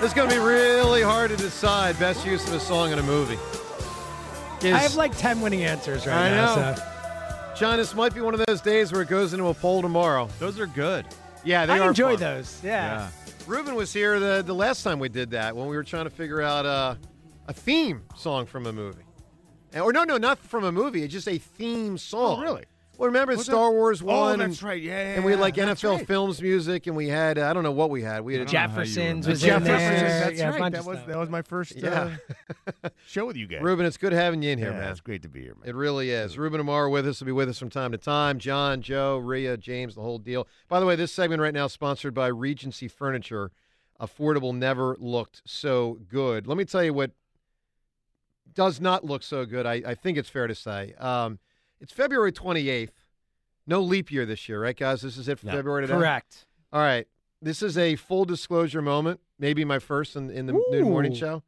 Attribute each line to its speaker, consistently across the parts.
Speaker 1: It's going to be really hard to decide best use of a song in a movie.
Speaker 2: I have like 10 winning answers right
Speaker 1: I
Speaker 2: now.
Speaker 1: know.
Speaker 2: So.
Speaker 1: John, this might be one of those days where it goes into a poll tomorrow.
Speaker 3: Those are good.
Speaker 1: Yeah, they
Speaker 2: I
Speaker 1: are
Speaker 2: enjoy
Speaker 1: fun.
Speaker 2: those. Yeah.
Speaker 3: Yeah.
Speaker 1: Ruben was here the, the last time we did that when we were trying to figure out uh, a theme song from a movie. And- Or no, no, not from a movie. It's just a theme song.
Speaker 3: Oh, really?
Speaker 1: Well, remember
Speaker 3: Was
Speaker 1: Star
Speaker 3: it-
Speaker 1: Wars
Speaker 3: Oh,
Speaker 1: One.
Speaker 3: that's
Speaker 1: and,
Speaker 3: right. Yeah,
Speaker 1: And we had like
Speaker 3: yeah, that's
Speaker 1: NFL
Speaker 3: right.
Speaker 1: films music, and we had uh, I don't know what we had. We had a
Speaker 3: I don't know how you
Speaker 2: Jefferson's
Speaker 3: remember.
Speaker 2: was in
Speaker 1: Jefferson's,
Speaker 2: there.
Speaker 3: That's
Speaker 2: yeah, a
Speaker 3: right.
Speaker 2: bunch
Speaker 3: That
Speaker 2: of
Speaker 3: was
Speaker 2: stuff.
Speaker 3: that was my first uh,
Speaker 1: yeah.
Speaker 3: show with you guys.
Speaker 1: Ruben, it's good having you in here,
Speaker 3: yeah,
Speaker 1: man.
Speaker 3: It's great to be here, man.
Speaker 1: It really is. Ruben Amar with us will be with us from time to time. John, Joe, Rhea, James, the whole deal. By the way, this segment right now is sponsored by Regency Furniture. Affordable never looked so good. Let me tell you what does not look so good. I, I think it's fair to say. Um, it's February 28th. No leap year this year, right, guys? This is it for
Speaker 3: No.
Speaker 1: February today?
Speaker 2: Correct.
Speaker 1: All right. This is a full disclosure moment. Maybe my first in, in the noon morning
Speaker 2: Ooh.
Speaker 1: show.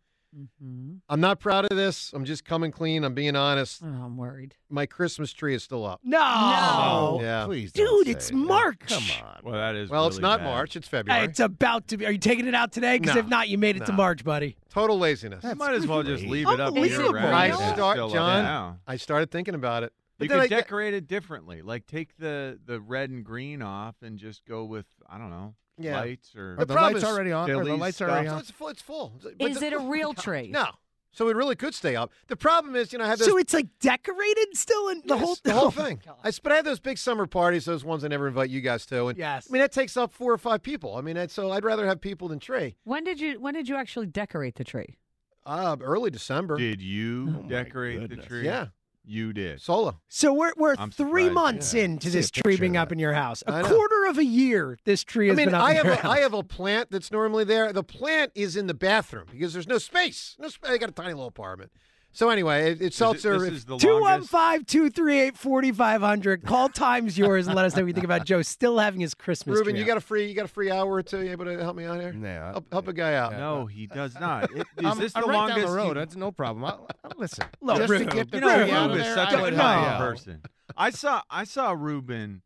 Speaker 1: I'm not proud of this. I'm just coming clean. I'm being honest.
Speaker 4: Mm-hmm. Oh, I'm worried.
Speaker 1: My Christmas tree is still up.
Speaker 2: No.
Speaker 3: Oh,
Speaker 1: Yeah.
Speaker 3: please, don't
Speaker 2: Dude,
Speaker 3: say
Speaker 2: it's
Speaker 3: it.
Speaker 2: March.
Speaker 3: Come on.
Speaker 5: Well, that is.
Speaker 1: Well, it's
Speaker 5: really
Speaker 1: not
Speaker 5: bad.
Speaker 1: March. It's February.
Speaker 2: It's about to be. Are you taking it out today? Because
Speaker 1: No.
Speaker 2: if not, you made it to
Speaker 1: No.
Speaker 2: March, buddy.
Speaker 1: Total laziness.
Speaker 5: You might as well just
Speaker 3: great.
Speaker 5: leave it up year
Speaker 4: Unbelievable.
Speaker 5: round.
Speaker 1: I
Speaker 5: if it's
Speaker 1: start-
Speaker 5: still up
Speaker 1: John,
Speaker 5: now.
Speaker 1: I started thinking about it. But
Speaker 5: You
Speaker 1: then
Speaker 5: can
Speaker 1: I-
Speaker 5: decorate it differently. Like take the the red and green off and just go with I don't know
Speaker 1: Yeah.
Speaker 5: lights or
Speaker 1: The
Speaker 3: Are the
Speaker 1: problem
Speaker 3: lights
Speaker 1: is
Speaker 3: already on? Are the
Speaker 5: Philly's
Speaker 3: lights already
Speaker 5: stuff.
Speaker 1: So
Speaker 3: on?
Speaker 1: it's full. It's full. But
Speaker 4: Is
Speaker 1: the-
Speaker 4: it a real tree?
Speaker 1: No. So it really could stay up. The problem is, you know, I had those.
Speaker 2: So it's like decorated still in the
Speaker 1: Yes,
Speaker 2: whole
Speaker 1: the whole
Speaker 2: oh my
Speaker 1: thing.
Speaker 2: God.
Speaker 1: I but I have those big summer parties, those ones I never invite you guys to. And
Speaker 2: Yes.
Speaker 1: I mean that takes up four or five people. I mean, that's, so I'd rather have people than Trey.
Speaker 4: When did you when did you actually decorate the tree?
Speaker 1: Uh, early December.
Speaker 5: Did you
Speaker 3: Oh, my
Speaker 5: decorate the
Speaker 3: goodness.
Speaker 5: tree?
Speaker 1: Yeah,
Speaker 5: you did.
Speaker 1: solo.
Speaker 2: So we're we're
Speaker 5: I'm
Speaker 2: three
Speaker 5: surprised,
Speaker 2: months
Speaker 5: yeah.
Speaker 2: into
Speaker 3: See a
Speaker 2: this
Speaker 3: picture
Speaker 2: tree
Speaker 3: of
Speaker 2: being
Speaker 3: that.
Speaker 2: up in your house.
Speaker 1: I
Speaker 2: A
Speaker 1: know.
Speaker 2: quarter of a year this tree
Speaker 1: I
Speaker 2: has
Speaker 1: mean,
Speaker 2: been up
Speaker 1: I
Speaker 2: in
Speaker 1: have
Speaker 2: your
Speaker 1: a,
Speaker 2: house.
Speaker 1: I have a plant that's normally there. The plant is in the bathroom because there's no space. No, sp- I got a tiny little apartment. So anyway, it, it's
Speaker 5: Is it-
Speaker 1: self
Speaker 5: This
Speaker 1: service.
Speaker 5: is the longest.
Speaker 2: 215 238 4500. Call times yours and let us know what you think about Joe still having his Christmas
Speaker 1: Ruben,
Speaker 2: tree.
Speaker 1: you got a free you got a free hour or two. You able to help me out here?
Speaker 3: Yeah.
Speaker 1: Help, help a guy out.
Speaker 5: No, he does not. It, is
Speaker 3: I'm,
Speaker 5: this
Speaker 3: I'm
Speaker 5: the
Speaker 3: right
Speaker 5: longest?
Speaker 3: down the road.
Speaker 5: you-
Speaker 3: That's no problem. I'll, I'll listen.
Speaker 2: Look,
Speaker 3: Just
Speaker 2: Rube,
Speaker 3: to get the
Speaker 2: you
Speaker 3: you
Speaker 2: know
Speaker 3: know,
Speaker 2: Rube
Speaker 3: out of
Speaker 5: Rube is
Speaker 3: there,
Speaker 5: such
Speaker 3: I
Speaker 5: a
Speaker 3: would
Speaker 5: kind
Speaker 3: help.
Speaker 5: person. I saw I saw Ruben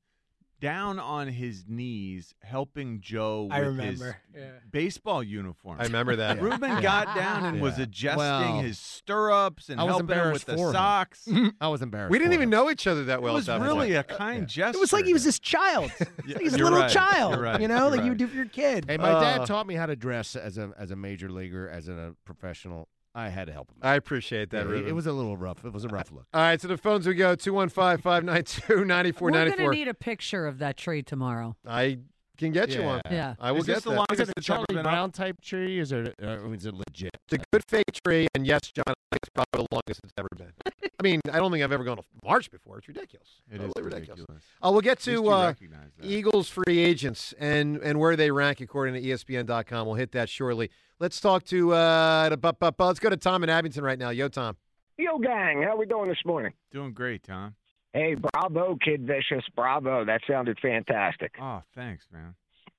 Speaker 5: down on his knees helping Joe with
Speaker 2: I
Speaker 5: his
Speaker 2: remember. Yeah.
Speaker 5: baseball uniform.
Speaker 1: I remember that.
Speaker 5: Ruben
Speaker 3: Yeah.
Speaker 5: got down and was
Speaker 3: Yeah.
Speaker 5: adjusting
Speaker 3: Well,
Speaker 5: his stirrups and
Speaker 3: I was
Speaker 5: helping him with
Speaker 3: embarrassed
Speaker 5: the
Speaker 3: for him.
Speaker 5: socks. it
Speaker 3: I was embarrassed.
Speaker 1: we didn't
Speaker 3: for
Speaker 1: even
Speaker 3: him.
Speaker 1: know each other that well.
Speaker 5: was
Speaker 1: at that
Speaker 5: really
Speaker 1: point.
Speaker 5: a kind gesture.
Speaker 2: It was like he was this child.
Speaker 5: Yeah,
Speaker 2: like he was a
Speaker 5: you're
Speaker 2: little
Speaker 5: right,
Speaker 2: child.
Speaker 5: you're right,
Speaker 2: you know,
Speaker 5: you're
Speaker 2: like you
Speaker 5: right.
Speaker 2: would do for your kid.
Speaker 3: Hey, my
Speaker 1: Uh.
Speaker 3: dad taught me how to dress as a as a major leaguer, as a professional. I had to help him.
Speaker 1: I appreciate that,
Speaker 3: Yeah,
Speaker 1: Ruben.
Speaker 3: it, it was a little rough. It was a rough look.
Speaker 1: All right, so the phones we go 215 592
Speaker 4: We're gonna
Speaker 1: 9494.
Speaker 4: need a picture of that tree tomorrow.
Speaker 1: I can get you
Speaker 3: Yeah.
Speaker 1: one.
Speaker 4: Yeah.
Speaker 1: I will
Speaker 5: Is
Speaker 1: get
Speaker 5: this the
Speaker 1: that.
Speaker 5: longest
Speaker 3: Is it a
Speaker 5: it's ever
Speaker 3: Charlie
Speaker 5: been up?
Speaker 3: Brown type tree? Is it? Uh, is it legit?
Speaker 1: It's a good fake tree, and yes, John, I think it's probably the longest it's ever been. I mean, I don't think I've ever gone to March before. It's ridiculous.
Speaker 5: It is
Speaker 1: Totally
Speaker 5: ridiculous.
Speaker 1: Uh, we'll get
Speaker 5: At least
Speaker 1: to
Speaker 5: you
Speaker 1: uh,
Speaker 5: recognize that.
Speaker 1: Eagles free agents and and where they rank according to E ESPN.com. We'll hit that shortly. Let's talk to uh, to, bu- bu- bu- let's go to Tom in Abington right now. Yo, Tom.
Speaker 6: Yo, gang, how we doing this morning?
Speaker 5: Doing great, Tom.
Speaker 6: Hey, bravo, Kid Vicious, bravo. That sounded fantastic.
Speaker 5: Oh, thanks, man.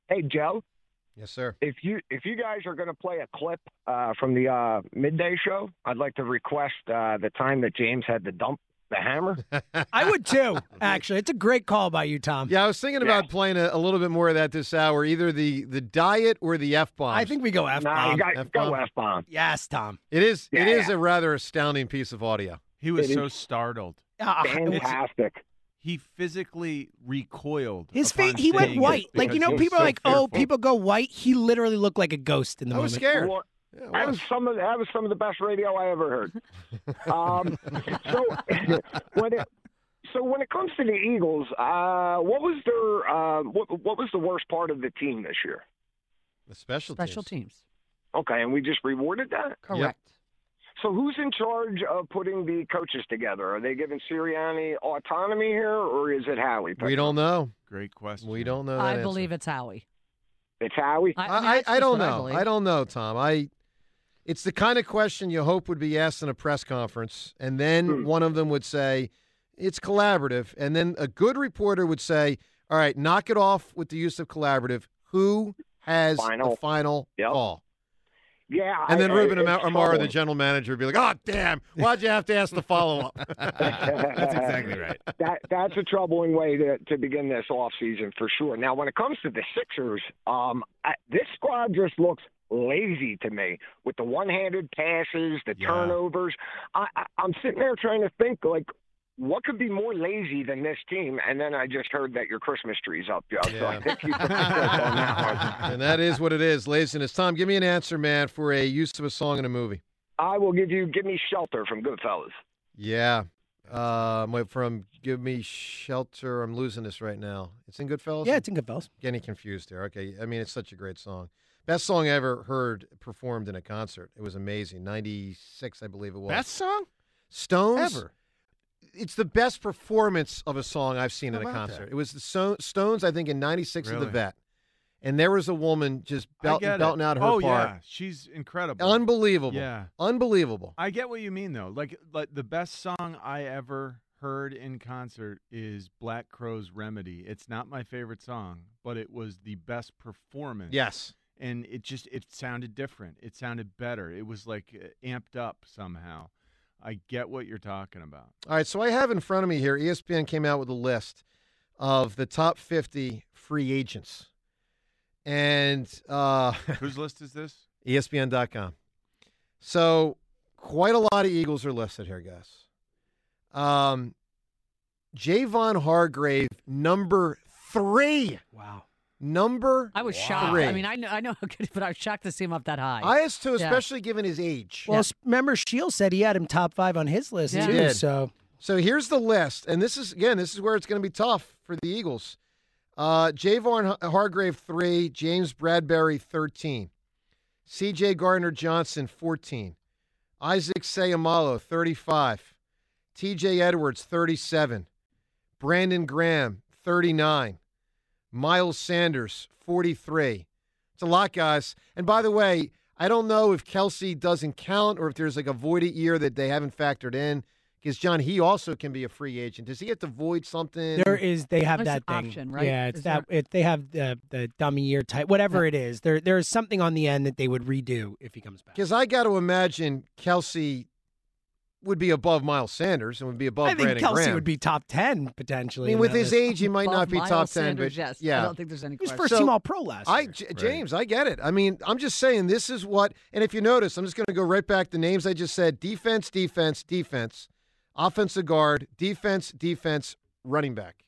Speaker 6: Hey, Joe,
Speaker 1: Yes, sir.
Speaker 6: if you if you guys are going to play a clip uh, from the uh, midday show, I'd like to request uh, the time that James had to dump the hammer.
Speaker 2: I would too, actually. It's a great call by you, Tom.
Speaker 1: Yeah, I was thinking about playing a, a little bit more of that this hour, either the the diet or the f bomb.
Speaker 2: I think we go F
Speaker 6: nah,
Speaker 2: bomb.
Speaker 6: you got, go
Speaker 1: F-bomb.
Speaker 6: f bomb.
Speaker 2: yes, Tom.
Speaker 1: it is it
Speaker 6: Yeah.
Speaker 1: is a rather astounding piece of audio.
Speaker 5: He was
Speaker 6: It
Speaker 5: so startled.
Speaker 2: Ah,
Speaker 6: Fantastic.
Speaker 5: he physically recoiled.
Speaker 2: His
Speaker 5: upon
Speaker 2: face, he went
Speaker 5: seeing it
Speaker 2: white. Like, you
Speaker 5: because
Speaker 2: know,
Speaker 5: he was
Speaker 2: people are
Speaker 5: so
Speaker 2: like, oh,
Speaker 5: fearful.
Speaker 2: people go white. He literally looked like a ghost in the
Speaker 1: I was
Speaker 2: moment.
Speaker 1: scared.
Speaker 6: Well,
Speaker 1: Yeah, I
Speaker 6: That was
Speaker 1: was.
Speaker 6: some of that was some of the best radio I ever heard. Um, so when it so when it comes to the Eagles, uh, what was their uh, what what was the worst part of the team this year?
Speaker 1: The special teams.
Speaker 4: Special teams.
Speaker 6: Okay, and we just rewarded that.
Speaker 4: Correct.
Speaker 6: So who's in charge of putting the coaches together? Are they giving Sirianni autonomy here, or is it Howie?
Speaker 1: We don't know.
Speaker 5: Great question.
Speaker 1: We don't know.
Speaker 4: I
Speaker 1: that
Speaker 4: believe
Speaker 1: answer.
Speaker 4: it's Howie.
Speaker 6: It's Howie.
Speaker 4: I, I, mean,
Speaker 1: I,
Speaker 4: that's
Speaker 1: I, I
Speaker 4: just
Speaker 1: don't
Speaker 4: what
Speaker 1: know.
Speaker 4: believe.
Speaker 1: I, don't know, Tom. I. It's the kind of question you hope would be asked in a press conference, and then
Speaker 6: Hmm.
Speaker 1: one of them would say, "It's collaborative," and then a good reporter would say, "All right, knock it off with the use of collaborative. Who has the
Speaker 6: Final.
Speaker 1: final
Speaker 6: Yep.
Speaker 1: call?"
Speaker 6: Yeah. I-
Speaker 1: And then
Speaker 6: I-
Speaker 1: Ruben
Speaker 6: it's
Speaker 1: Amar- Amaro, the
Speaker 6: troubling.
Speaker 1: general manager, would be like, "Oh, damn! Why'd you have to ask the follow-up?"
Speaker 3: That's exactly right.
Speaker 6: that that's a troubling way to, to begin this offseason for sure. Now, when it comes to the Sixers, um, I, this squad just looks lazy to me with the one-handed passes, the
Speaker 5: Yeah.
Speaker 6: turnovers. I, I, I'm sitting there trying to think like. What could be more lazy than this team? And then I just heard that your Christmas tree's up, Joe. So I
Speaker 1: Yeah.
Speaker 6: think you took the piss on that one.
Speaker 1: and that is what it is, laziness. Tom, give me an answer, man, for a use of a song in a movie.
Speaker 6: I will give you "Give Me Shelter" from Goodfellas.
Speaker 1: Yeah. Uh, my- from Give Me Shelter. I'm losing this right now. It's in Goodfellas?
Speaker 2: Yeah, it's in Goodfellas.
Speaker 1: getting confused there. Okay. I mean, it's such a great song. Best song I ever heard performed in a concert. It was amazing. 96, I believe it was.
Speaker 3: Best song
Speaker 1: Stones?
Speaker 3: ever.
Speaker 1: It's the best performance of a song I've seen
Speaker 3: How
Speaker 1: in a
Speaker 3: about
Speaker 1: concert.
Speaker 3: that?
Speaker 1: It was the so- Stones, I think, in 96 of the
Speaker 5: Really?
Speaker 1: Vet. And there was a woman just
Speaker 5: I
Speaker 1: belting,
Speaker 5: get it.
Speaker 1: belting out her
Speaker 5: oh, yeah.
Speaker 1: part.
Speaker 5: She's incredible.
Speaker 1: Unbelievable.
Speaker 5: Yeah.
Speaker 1: Unbelievable.
Speaker 5: I get what you mean though. Like like the best song I ever heard in concert is Black Crow's Remedy. It's not my favorite song, but it was the best performance.
Speaker 1: Yes.
Speaker 5: And it just it sounded different. It sounded better. It was like uh, amped up somehow. I get what you're talking about.
Speaker 1: All right, so I have in front of me here E ESPN came out with a list of the top 50 free agents. And uh E
Speaker 5: Whose list is this?
Speaker 1: ESPN.com. So quite a lot of Eagles are listed here, guys. Um Javon Hargrave, number three.
Speaker 2: Wow.
Speaker 1: Number
Speaker 4: I was shocked.
Speaker 1: Three.
Speaker 4: I mean, I know, I know how good, but I was shocked to see him up that high.
Speaker 1: I as to
Speaker 4: Yeah.
Speaker 1: especially given his age.
Speaker 2: Well, s- remember, Shield said he had him top five on his list,
Speaker 4: Yeah.
Speaker 2: too.
Speaker 1: He did.
Speaker 2: So
Speaker 1: So here's the list, and this is again, this is where it's going to be tough for the Eagles. Uh, Javon Hargrave three, James Bradbury thirteen, C.J. Gardner Johnson fourteen, Isaac Sayamalo thirty-five, T.J. Edwards thirty-seven, Brandon Graham thirty-nine, Miles Sanders forty-three. It's a lot, guys. And by the way, I don't know if Kelsey doesn't count or if there's like a voided year that they haven't factored in. Because John, he also can be a free agent. Does he have to void something?
Speaker 2: there is, they have
Speaker 4: There's
Speaker 2: that
Speaker 4: an
Speaker 2: thing.
Speaker 4: option, right?
Speaker 2: Yeah, it's
Speaker 4: Is
Speaker 2: that, it, they have the, the dummy year type, whatever it is. There, There's something on the end that they would redo if he comes back.
Speaker 1: Because I got to imagine Kelsey would be above Miles Sanders and would be above
Speaker 2: I think
Speaker 1: Brandon
Speaker 2: Kelsey
Speaker 1: Graham.
Speaker 2: would be top 10 potentially.
Speaker 1: I mean,
Speaker 2: in
Speaker 1: with
Speaker 2: that
Speaker 1: his
Speaker 2: list.
Speaker 1: age, he might
Speaker 4: Above
Speaker 1: not be
Speaker 4: Miles
Speaker 1: top ten,
Speaker 4: Sanders,
Speaker 1: but
Speaker 4: yes. I
Speaker 1: yeah,
Speaker 4: don't think there's any
Speaker 2: He was
Speaker 4: question.
Speaker 2: first
Speaker 1: So,
Speaker 2: team All Pro last
Speaker 1: I
Speaker 2: year.
Speaker 1: J- James, I get it. I mean, I'm just saying this is what. And if you notice, I'm just going to go right back the names I just said: defense, defense, defense, offensive guard, defense, defense, running back.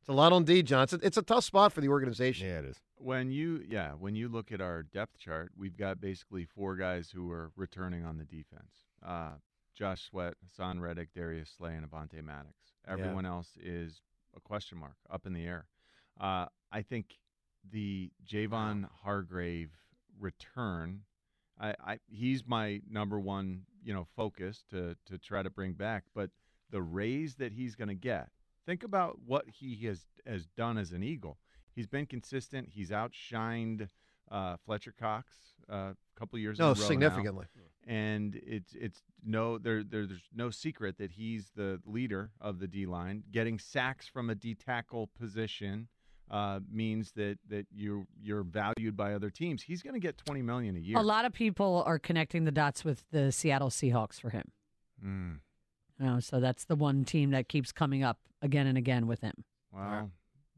Speaker 1: It's a lot on D, Johnson. It's a tough spot for the organization.
Speaker 3: Yeah, it is.
Speaker 5: When you yeah, when you look at our depth chart, we've got basically four guys who are returning on the defense. Uh, Josh Sweat, Hassan Reddick, Darius Slay, and Avante Maddox. Everyone else is a question mark up in the air. Uh, I think the Javon Hargrave return. I, I he's my number one, you know, focus to to try to bring back. But the raise that he's going to get. Think about what he has has done as an Eagle. He's been consistent. He's outshined uh, Fletcher Cox uh, a couple years. in a
Speaker 1: No,
Speaker 5: row now.
Speaker 1: significantly.
Speaker 5: Hmm. And it's it's no there, there there's no secret that he's the leader of the D line. Getting sacks from a D tackle position uh, means that that you you're valued by other teams. He's going to get twenty million a year.
Speaker 4: A lot of people are connecting the dots with the Seattle Seahawks for him.
Speaker 5: Mm,
Speaker 4: You know, so that's the one team that keeps coming up again and again with him.
Speaker 5: wow.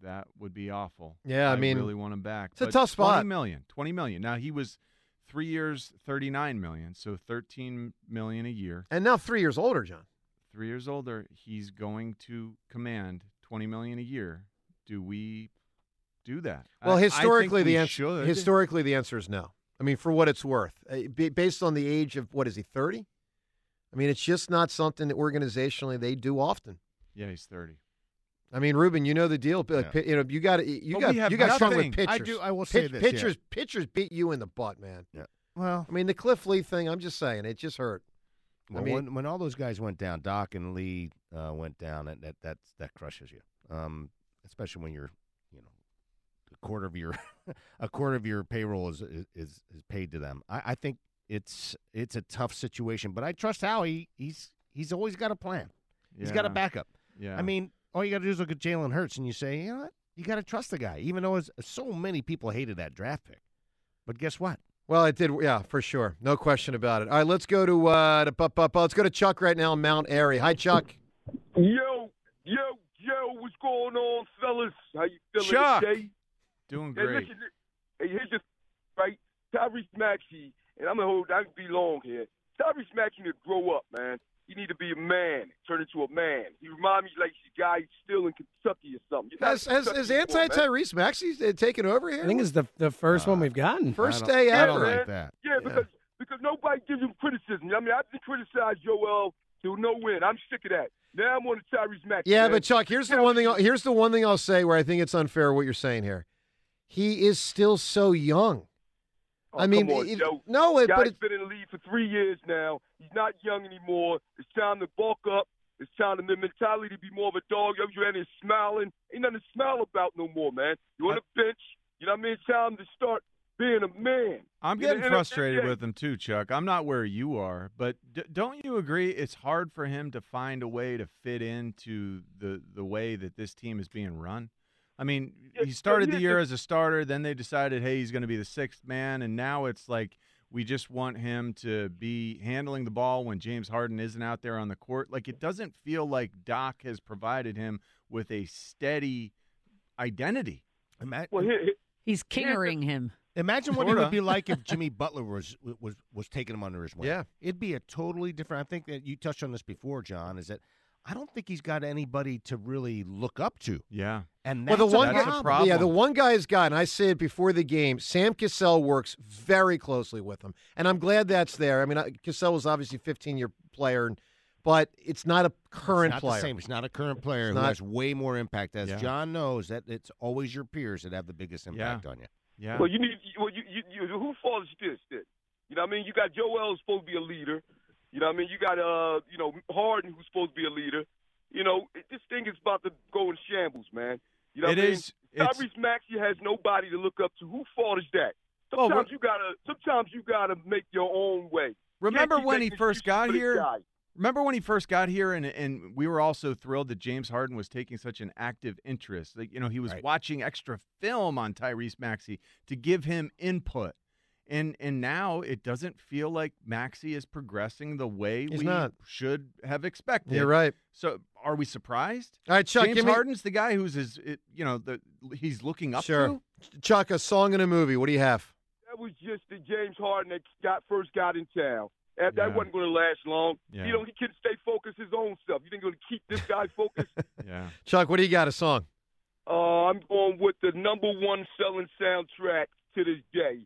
Speaker 5: That would be awful.
Speaker 1: Yeah, I mean,
Speaker 5: really want him back.
Speaker 1: it's a
Speaker 5: but
Speaker 1: tough spot.
Speaker 5: 20 million, 20 million. Now he was three years, 39 million, so 13 million a year,
Speaker 1: And now three years older, John.
Speaker 5: three years older, he's going to command twenty million a year. Do we do that? I-
Speaker 1: Well,
Speaker 5: I think
Speaker 1: historically,
Speaker 5: we
Speaker 1: the answer
Speaker 5: should.
Speaker 1: historically the answer is no. I mean, for what it's worth, Uh, ba- based on the age of what is he thirty? I mean, it's just not something that organizationally they do often.
Speaker 5: yeah, he's thirty.
Speaker 1: I mean, Ruben, you know the deal. but, Like,
Speaker 3: Yeah.
Speaker 1: pi- You know, you got you
Speaker 5: But
Speaker 1: got
Speaker 5: we have
Speaker 1: you got strong with
Speaker 5: nothing.
Speaker 1: pitchers.
Speaker 3: I do- I will say this, yeah.
Speaker 1: Pitchers, pitchers beat you in the butt, man.
Speaker 3: Well,
Speaker 1: I mean, the Cliff Lee thing. I'm just saying, it just hurt.
Speaker 3: Well,
Speaker 1: mean-
Speaker 3: when, when all those guys went down, Doc and Lee uh, went down, and that that that crushes you, um, especially when you're, you know, a quarter of your a quarter of your payroll is is, is paid to them. I, I think it's it's a tough situation, but I trust Howie. He's he's always got a plan. He's got a
Speaker 5: Yeah,
Speaker 3: backup.
Speaker 5: Yeah,
Speaker 3: I mean, all you got to do is look at Jalen Hurts, and you say, you know what, you got to trust the guy, even though it's, so many people hated that draft pick. But guess what?
Speaker 1: Well, it did. Yeah, for sure, no question about it. All right, let's go to uh, to, bu- bu- bu- let's go to Chuck right now in Mount Airy. Hi, Chuck.
Speaker 7: Yo, yo, yo, what's going on, fellas? How you feeling
Speaker 5: Chuck.
Speaker 7: today?
Speaker 5: doing
Speaker 7: Hey,
Speaker 5: great.
Speaker 7: listen, hey, here's the right, Tyrese Maxey, and I'm gonna hold. I can be long here. Tyrese Maxey need to grow up, man. He need to be a man, turn into a man. He remind me like the guy who's still in Kentucky or something. You're not
Speaker 1: Has, has,
Speaker 7: Kentucky
Speaker 1: has
Speaker 7: anymore,
Speaker 1: anti
Speaker 7: man.
Speaker 1: Tyrese Maxey uh, taken over here?
Speaker 2: I think it's the the first one we've gotten.
Speaker 1: First
Speaker 3: Uh, I don't-
Speaker 1: day
Speaker 3: I don't
Speaker 1: ever.
Speaker 3: like that.
Speaker 7: Yeah, because because nobody gives him criticism. I mean, I've been criticized Joel to no win. I'm sick of that. Now I'm on to Tyrese Maxey.
Speaker 1: Yeah,
Speaker 7: man.
Speaker 1: but Chuck, here's the one thing. I'll- Here's the one thing I'll say where I think it's unfair what you're saying here. He is still so young.
Speaker 7: Oh,
Speaker 1: I mean,
Speaker 7: come on,
Speaker 1: it-
Speaker 7: Joe.
Speaker 1: no, it,
Speaker 7: Guy's
Speaker 1: but it,
Speaker 7: been in the league for three years now. He's not young anymore. It's time to bulk up. It's time to the mentality to be more of a dog. Yo, you're out here smiling. Ain't nothing to smile about no more, man. You're on the bench. You know what I mean? It's time to start being a man.
Speaker 5: I'm
Speaker 7: Yeah,
Speaker 5: getting
Speaker 7: and it-
Speaker 5: frustrated
Speaker 7: yeah.
Speaker 5: with him too, Chuck. I'm not where you are, but d- don't you agree? It's hard for him to find a way to fit into the the way that this team is being run. I mean,
Speaker 7: Yeah,
Speaker 5: he
Speaker 7: so
Speaker 5: started the
Speaker 7: here's
Speaker 5: year
Speaker 7: the-
Speaker 5: as a starter, then they decided, hey, he's going to be the sixth man, and now it's like we just want him to be handling the ball when James Harden isn't out there on the court. Like it doesn't feel like Doc has provided him with a steady identity.
Speaker 3: Ima-
Speaker 7: Well, here, here-
Speaker 4: He's kingering him.
Speaker 3: Imagine what it
Speaker 5: Sorta.
Speaker 3: would be like if Jimmy Butler was was was taking him under his wing.
Speaker 1: Yeah.
Speaker 3: it'd be a totally different. I think that you touched on this before, John. Is that I don't think he's got anybody to really look up to,
Speaker 5: Yeah.
Speaker 3: and
Speaker 1: well,
Speaker 3: that's
Speaker 1: the one
Speaker 3: a
Speaker 5: that's
Speaker 1: guy,
Speaker 5: a
Speaker 3: problem.
Speaker 5: problem.
Speaker 1: yeah, the one guy has got, and I say it before the game. Sam Cassell works very closely with him, and I'm glad that's there. I mean, I- Cassell was obviously 15 year player, and- but it's not a current
Speaker 3: it's not
Speaker 1: player.
Speaker 3: the same. It's not a current player
Speaker 1: It's
Speaker 3: who
Speaker 1: not-
Speaker 3: has way more impact. As
Speaker 5: Yeah.
Speaker 3: John knows, that it's always your peers that have the biggest impact on you.
Speaker 5: Yeah.
Speaker 7: Well, you need. Well, you, you, you who falls this? Then you know what I mean. You got Joel's supposed to be a leader. You know what I mean. You got uh, you know Harden who's supposed to be a leader. You know it- this thing is about to go in shambles, man. You know
Speaker 5: It
Speaker 7: what I mean?
Speaker 5: is- it's-
Speaker 7: Tyrese Maxey has nobody to look up to. Who fault is that?
Speaker 5: Well,
Speaker 7: Sometimes you gotta. Sometimes you gotta make your own way.
Speaker 5: Remember
Speaker 7: Can't keep
Speaker 5: when he
Speaker 7: making
Speaker 5: first
Speaker 7: excuses
Speaker 5: got
Speaker 7: for this
Speaker 5: here?
Speaker 7: guy.
Speaker 5: Remember when he first got here, and and we were also thrilled that James Harden was taking such an active interest. Like you know, he was
Speaker 3: Right.
Speaker 5: watching extra film on Tyrese Maxey to give him input, and and now it doesn't feel like Maxey is progressing the way
Speaker 1: He's
Speaker 5: we
Speaker 1: not.
Speaker 5: should have expected.
Speaker 1: You're right.
Speaker 5: So are we surprised?
Speaker 1: All right, Chuck,
Speaker 5: James
Speaker 1: give me
Speaker 5: Harden's the guy who's his, it, you know, the he's looking up
Speaker 1: sure.
Speaker 5: to.
Speaker 1: Chuck, a song and a movie. What do you have?
Speaker 7: That was just the James Harden that got first got in town. That,
Speaker 5: Yeah.
Speaker 7: that wasn't going to last long.
Speaker 5: Yeah.
Speaker 7: You know, he couldn't stay focused his own stuff. You think going to keep this guy focused?
Speaker 5: Yeah.
Speaker 1: Chuck, what do you got? A song.
Speaker 7: uh, I'm going with the number one selling soundtrack to this day.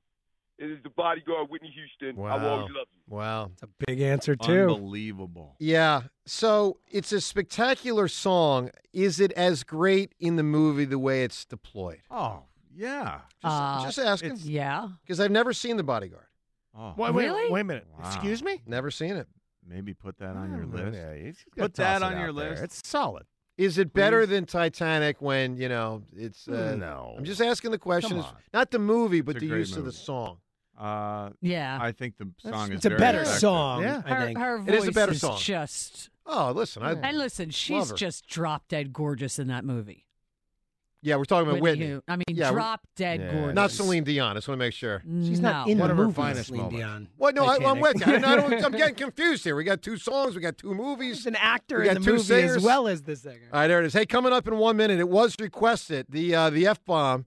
Speaker 7: It is the Bodyguard, Whitney Houston. I will
Speaker 1: Wow.
Speaker 7: always love you.
Speaker 1: Wow.
Speaker 2: It's a big answer too.
Speaker 5: Unbelievable.
Speaker 1: Yeah. So it's a spectacular song. Is it as great in the movie the way it's deployed?
Speaker 5: Oh yeah.
Speaker 1: Just,
Speaker 4: Uh,
Speaker 1: just asking.
Speaker 4: Yeah.
Speaker 1: Because I've never seen The Bodyguard.
Speaker 5: Oh,
Speaker 3: Wait, wait,
Speaker 4: Really?
Speaker 3: wait a minute.
Speaker 5: Wow.
Speaker 3: Excuse me. Oh,
Speaker 1: Never seen it.
Speaker 5: maybe put that on your
Speaker 3: Yeah,
Speaker 5: list.
Speaker 3: you just
Speaker 5: Put
Speaker 3: gotta toss
Speaker 5: that
Speaker 3: it
Speaker 5: on
Speaker 3: out
Speaker 5: your
Speaker 3: there.
Speaker 5: list.
Speaker 3: It's solid.
Speaker 1: Is it better
Speaker 5: Please.
Speaker 1: than Titanic when, you know, it's. Uh,
Speaker 3: no,
Speaker 1: I'm just asking the question.
Speaker 3: Come
Speaker 1: It's
Speaker 3: on.
Speaker 1: Not the movie, but
Speaker 5: It's a
Speaker 1: the
Speaker 5: great
Speaker 1: use of the
Speaker 5: movie.
Speaker 1: song.
Speaker 5: Uh,
Speaker 4: Yeah.
Speaker 5: I think the song is
Speaker 2: It's a
Speaker 5: very
Speaker 2: better
Speaker 5: effective.
Speaker 2: song.
Speaker 3: Yeah.
Speaker 2: I
Speaker 4: her,
Speaker 2: think.
Speaker 4: her
Speaker 1: It
Speaker 4: voice
Speaker 1: is a better
Speaker 4: is
Speaker 1: song.
Speaker 4: just.
Speaker 1: Oh, listen. I,
Speaker 4: And listen, she's
Speaker 1: her.
Speaker 4: just drop dead gorgeous in that movie.
Speaker 1: yeah, we're talking about Whitney.
Speaker 4: Hu- I mean,
Speaker 1: Yeah, we-
Speaker 4: drop dead
Speaker 3: Yeah.
Speaker 4: gorgeous.
Speaker 1: Not Celine Dion. I just want to make sure.
Speaker 2: She's not
Speaker 4: No.
Speaker 2: in
Speaker 3: One
Speaker 2: the
Speaker 3: of her
Speaker 2: movie.
Speaker 3: finest
Speaker 2: Celine
Speaker 3: moments.
Speaker 2: Dion.
Speaker 1: What? No, I, I'm
Speaker 2: Titanic.
Speaker 1: with you. I don't- I don't, I'm getting confused here. We got two songs. We got two movies.
Speaker 2: She's an actor
Speaker 1: We
Speaker 2: in
Speaker 1: got
Speaker 2: the
Speaker 1: two
Speaker 2: movie
Speaker 1: singers.
Speaker 2: as well as the singer.
Speaker 1: All right, there it is. Hey, coming up in one minute, it was requested the uh, the f bomb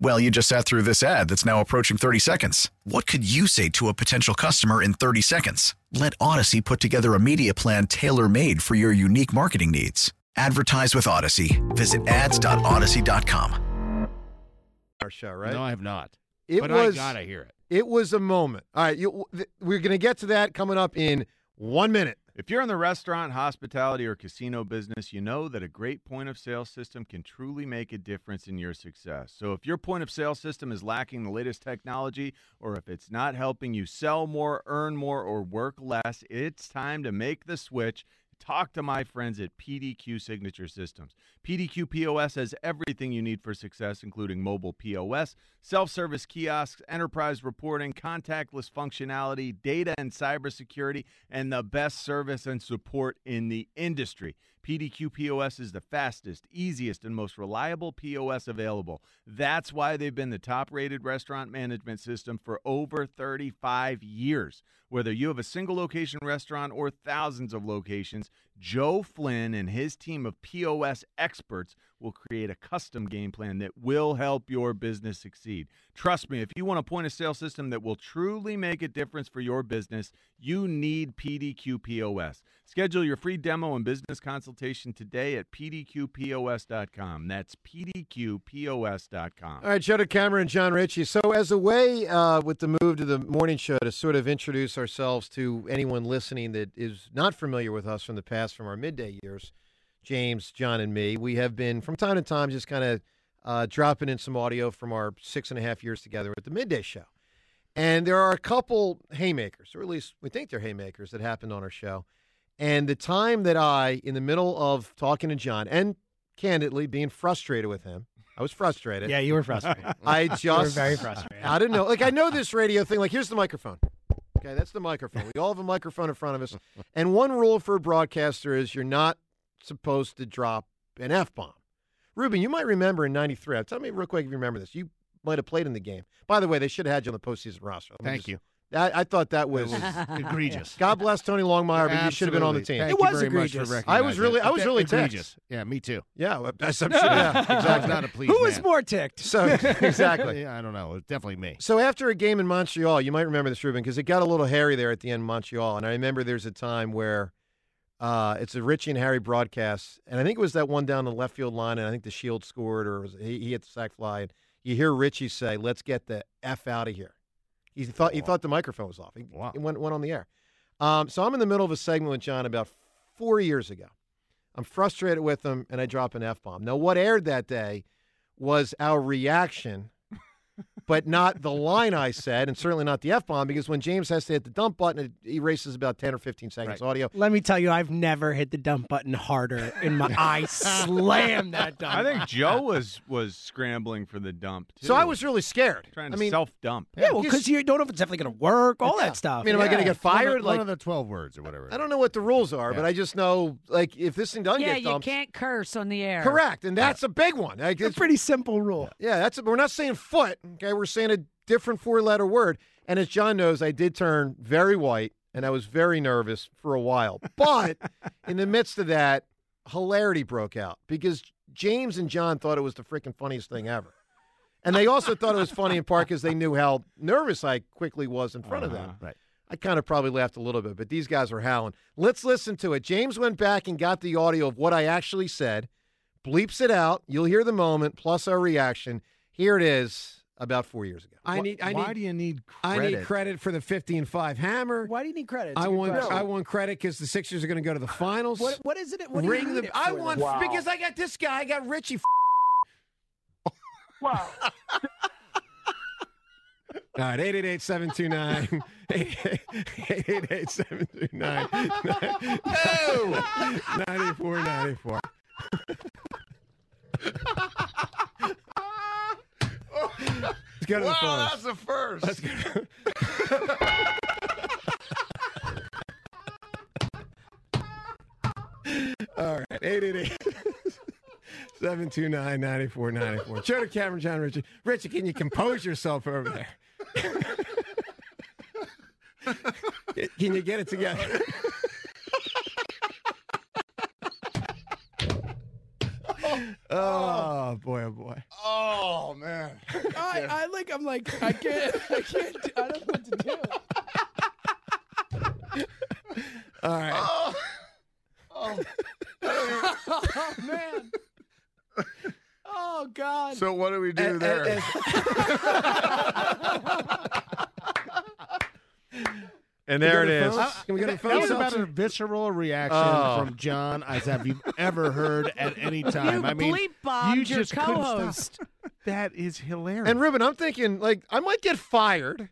Speaker 8: Well, you just sat through this ad that's now approaching 30 seconds. What could you say to a potential customer in 30 seconds? Let Odyssey put together a media plan tailor made for your unique marketing needs. Advertise with Odyssey. Visit ads.odyssey.com.
Speaker 1: Our show, right?
Speaker 3: No, I have not.
Speaker 1: It
Speaker 3: but
Speaker 1: was.
Speaker 3: I gotta hear it.
Speaker 1: It was a moment. All right, you, th- we're going to get to that coming up in one minute.
Speaker 5: If you're in the restaurant, hospitality, or casino business, you know that a great point of sale system can truly make a difference in your success. So, if your point of sale system is lacking the latest technology, or if it's not helping you sell more, earn more, or work less, it's time to make the switch. Talk to my friends at PDQ Signature Systems. PDQ POS has everything you need for success, including mobile POS, self service kiosks, enterprise reporting, contactless functionality, data and cybersecurity, and the best service and support in the industry. PDQ POS is the fastest, easiest, and most reliable POS available. That's why they've been the top rated restaurant management system for over 35 years. Whether you have a single location restaurant or thousands of locations, Joe Flynn and his team of POS experts will create a custom game plan that will help your business succeed. Trust me, if you want a point of sale system that will truly make a difference for your business, you need PDQ POS. Schedule your free demo and business consultation today at pdqpos.com. That's pdqpos.com.
Speaker 1: All right, Joe DeCamera and John Ritchie. So, as a way uh, with the move to the morning show to sort of introduce ourselves to anyone listening that is not familiar with us from the past, from our midday years, James, John, and me, we have been from time to time just kind of uh, dropping in some audio from our six and a half years together at the midday show. And there are a couple haymakers, or at least we think they're haymakers, that happened on our show. And the time that I, in the middle of talking to John and candidly being frustrated with him, I was frustrated.
Speaker 2: Yeah, you were frustrated.
Speaker 1: I
Speaker 2: You were
Speaker 1: just
Speaker 2: very frustrated.
Speaker 1: I didn't know. Like I know this radio thing. Like here's the microphone. Okay, that's the microphone. We all have a microphone in front of us. And one rule for a broadcaster is you're not supposed to drop an F bomb. Ruben, you might remember in '93. Tell me real quick if you remember this. You might have played in the game. By the way, they should have had you on the postseason roster. Let me
Speaker 3: Thank
Speaker 1: just-
Speaker 3: you.
Speaker 1: That, I thought that was,
Speaker 3: was egregious.
Speaker 1: God bless Tony Longmire, but you should have been on the
Speaker 3: Absolutely.
Speaker 1: team.
Speaker 3: Thank you very much for
Speaker 1: I was
Speaker 3: recognizing
Speaker 1: really,
Speaker 3: it.
Speaker 1: I was really
Speaker 3: egregious.
Speaker 1: ticked.
Speaker 3: Yeah, me too.
Speaker 1: Yeah, well, that's I'm sure- yeah, exactly.
Speaker 3: Not a pleased
Speaker 2: Who
Speaker 3: man.
Speaker 2: was more ticked?
Speaker 1: So exactly.
Speaker 3: Yeah, I don't know. It was definitely me.
Speaker 1: So after a game in Montreal, you might remember this, Ruben, because it got a little hairy there at the end of Montreal. And I remember there's a time where uh, it's a Richie and Harry broadcast, and I think it was that one down the left field line, and I think the Shield scored, or it was, he, he hit the sack fly. And you hear Richie say, "Let's get the f out of here." He thought he thought the microphone was off. He,
Speaker 3: Wow.
Speaker 1: it went went on the air. Um, so I'm in the middle of a segment with John about four years ago. I'm frustrated with him, and I drop an f bomb. Now, what aired that day was our reaction but not the line I said, and certainly not the F bomb, because when James has to hit the dump button, it erases about 10 or 15 seconds audio.
Speaker 2: Let me tell you, I've never hit the dump button harder in my. I slammed that dump.
Speaker 5: I think Joe was was scrambling for the dump too.
Speaker 1: So I was really scared.
Speaker 5: trying
Speaker 1: I
Speaker 5: to
Speaker 1: mean,
Speaker 5: self dump.
Speaker 2: Yeah, well, because you don't know if it's definitely going to work. All that stuff.
Speaker 1: I mean, am I going to get
Speaker 3: One
Speaker 1: fired?
Speaker 3: of, one
Speaker 1: Like,
Speaker 3: of the twelve words or whatever.
Speaker 1: I don't know what the rules are, but I just know, like, if this thing doesn't
Speaker 4: yeah,
Speaker 1: get
Speaker 4: you
Speaker 1: dumped,
Speaker 4: can't curse on the air.
Speaker 1: correct. And that's a big one. Like,
Speaker 2: It's
Speaker 1: it's,
Speaker 2: a pretty simple rule.
Speaker 1: yeah, that's. we're not saying foot. Okay, we're saying a different four-letter word. And as John knows, I did turn very white, and I was very nervous for a while. But in the midst of that, hilarity broke out because James and John thought it was the freaking funniest thing ever. And they also thought it was funny in part because they knew how nervous I quickly was in front of them.
Speaker 5: Uh-huh.
Speaker 3: Right.
Speaker 1: I kind of probably laughed a little bit, but these guys were howling. Let's listen to it. James went back and got the audio of what I actually said, bleeps it out. You'll hear the moment plus our reaction. Here it is about four years ago.
Speaker 9: I
Speaker 5: Wh-
Speaker 9: need. I
Speaker 5: why
Speaker 9: need.
Speaker 5: do you need
Speaker 9: I
Speaker 5: credit?
Speaker 9: need credit for the fifty and five hammer.
Speaker 2: Why do you need credit? It's a
Speaker 9: I
Speaker 2: good
Speaker 9: want.
Speaker 2: question.
Speaker 9: I want credit because the Sixers are going to go to the finals.
Speaker 2: What, what is it? What do you
Speaker 9: Ring
Speaker 2: need
Speaker 9: the.
Speaker 2: it
Speaker 9: I
Speaker 2: for,
Speaker 9: want
Speaker 2: though?
Speaker 9: because I got this guy. I got Richie. f-
Speaker 7: Wow.
Speaker 9: All right, 888-729. 888-729. 9494. Let's go to the
Speaker 5: wow,
Speaker 9: phones.
Speaker 5: that's a
Speaker 9: Let's
Speaker 5: 1st
Speaker 9: go. All right, 888 729 9494. Joe to Cameron, John Richie. Richie, can you compose yourself over there? can you get it together? oh, boy, oh, boy.
Speaker 10: Oh man.
Speaker 2: I, I like. I'm like. I can't. I can't. do- I don't know what to do.
Speaker 9: All right.
Speaker 10: Oh, oh. Oh, man. Oh God.
Speaker 5: So what do we do
Speaker 10: Eh, eh,
Speaker 5: there?
Speaker 10: eh.
Speaker 1: And
Speaker 3: Can we go
Speaker 1: there it
Speaker 3: to
Speaker 2: Uh,
Speaker 1: is.
Speaker 3: the phones? Can we go to the
Speaker 1: That
Speaker 3: phones? That
Speaker 1: was
Speaker 3: was
Speaker 1: about
Speaker 3: about a visceral reaction
Speaker 1: Oh.
Speaker 3: from John as have you ever heard at any time. I mean,
Speaker 4: bleep-bombed
Speaker 3: you
Speaker 4: your
Speaker 3: just couldn't stop.
Speaker 4: co-host.
Speaker 3: That is hilarious.
Speaker 1: And Ruben, I'm thinking like I might get fired,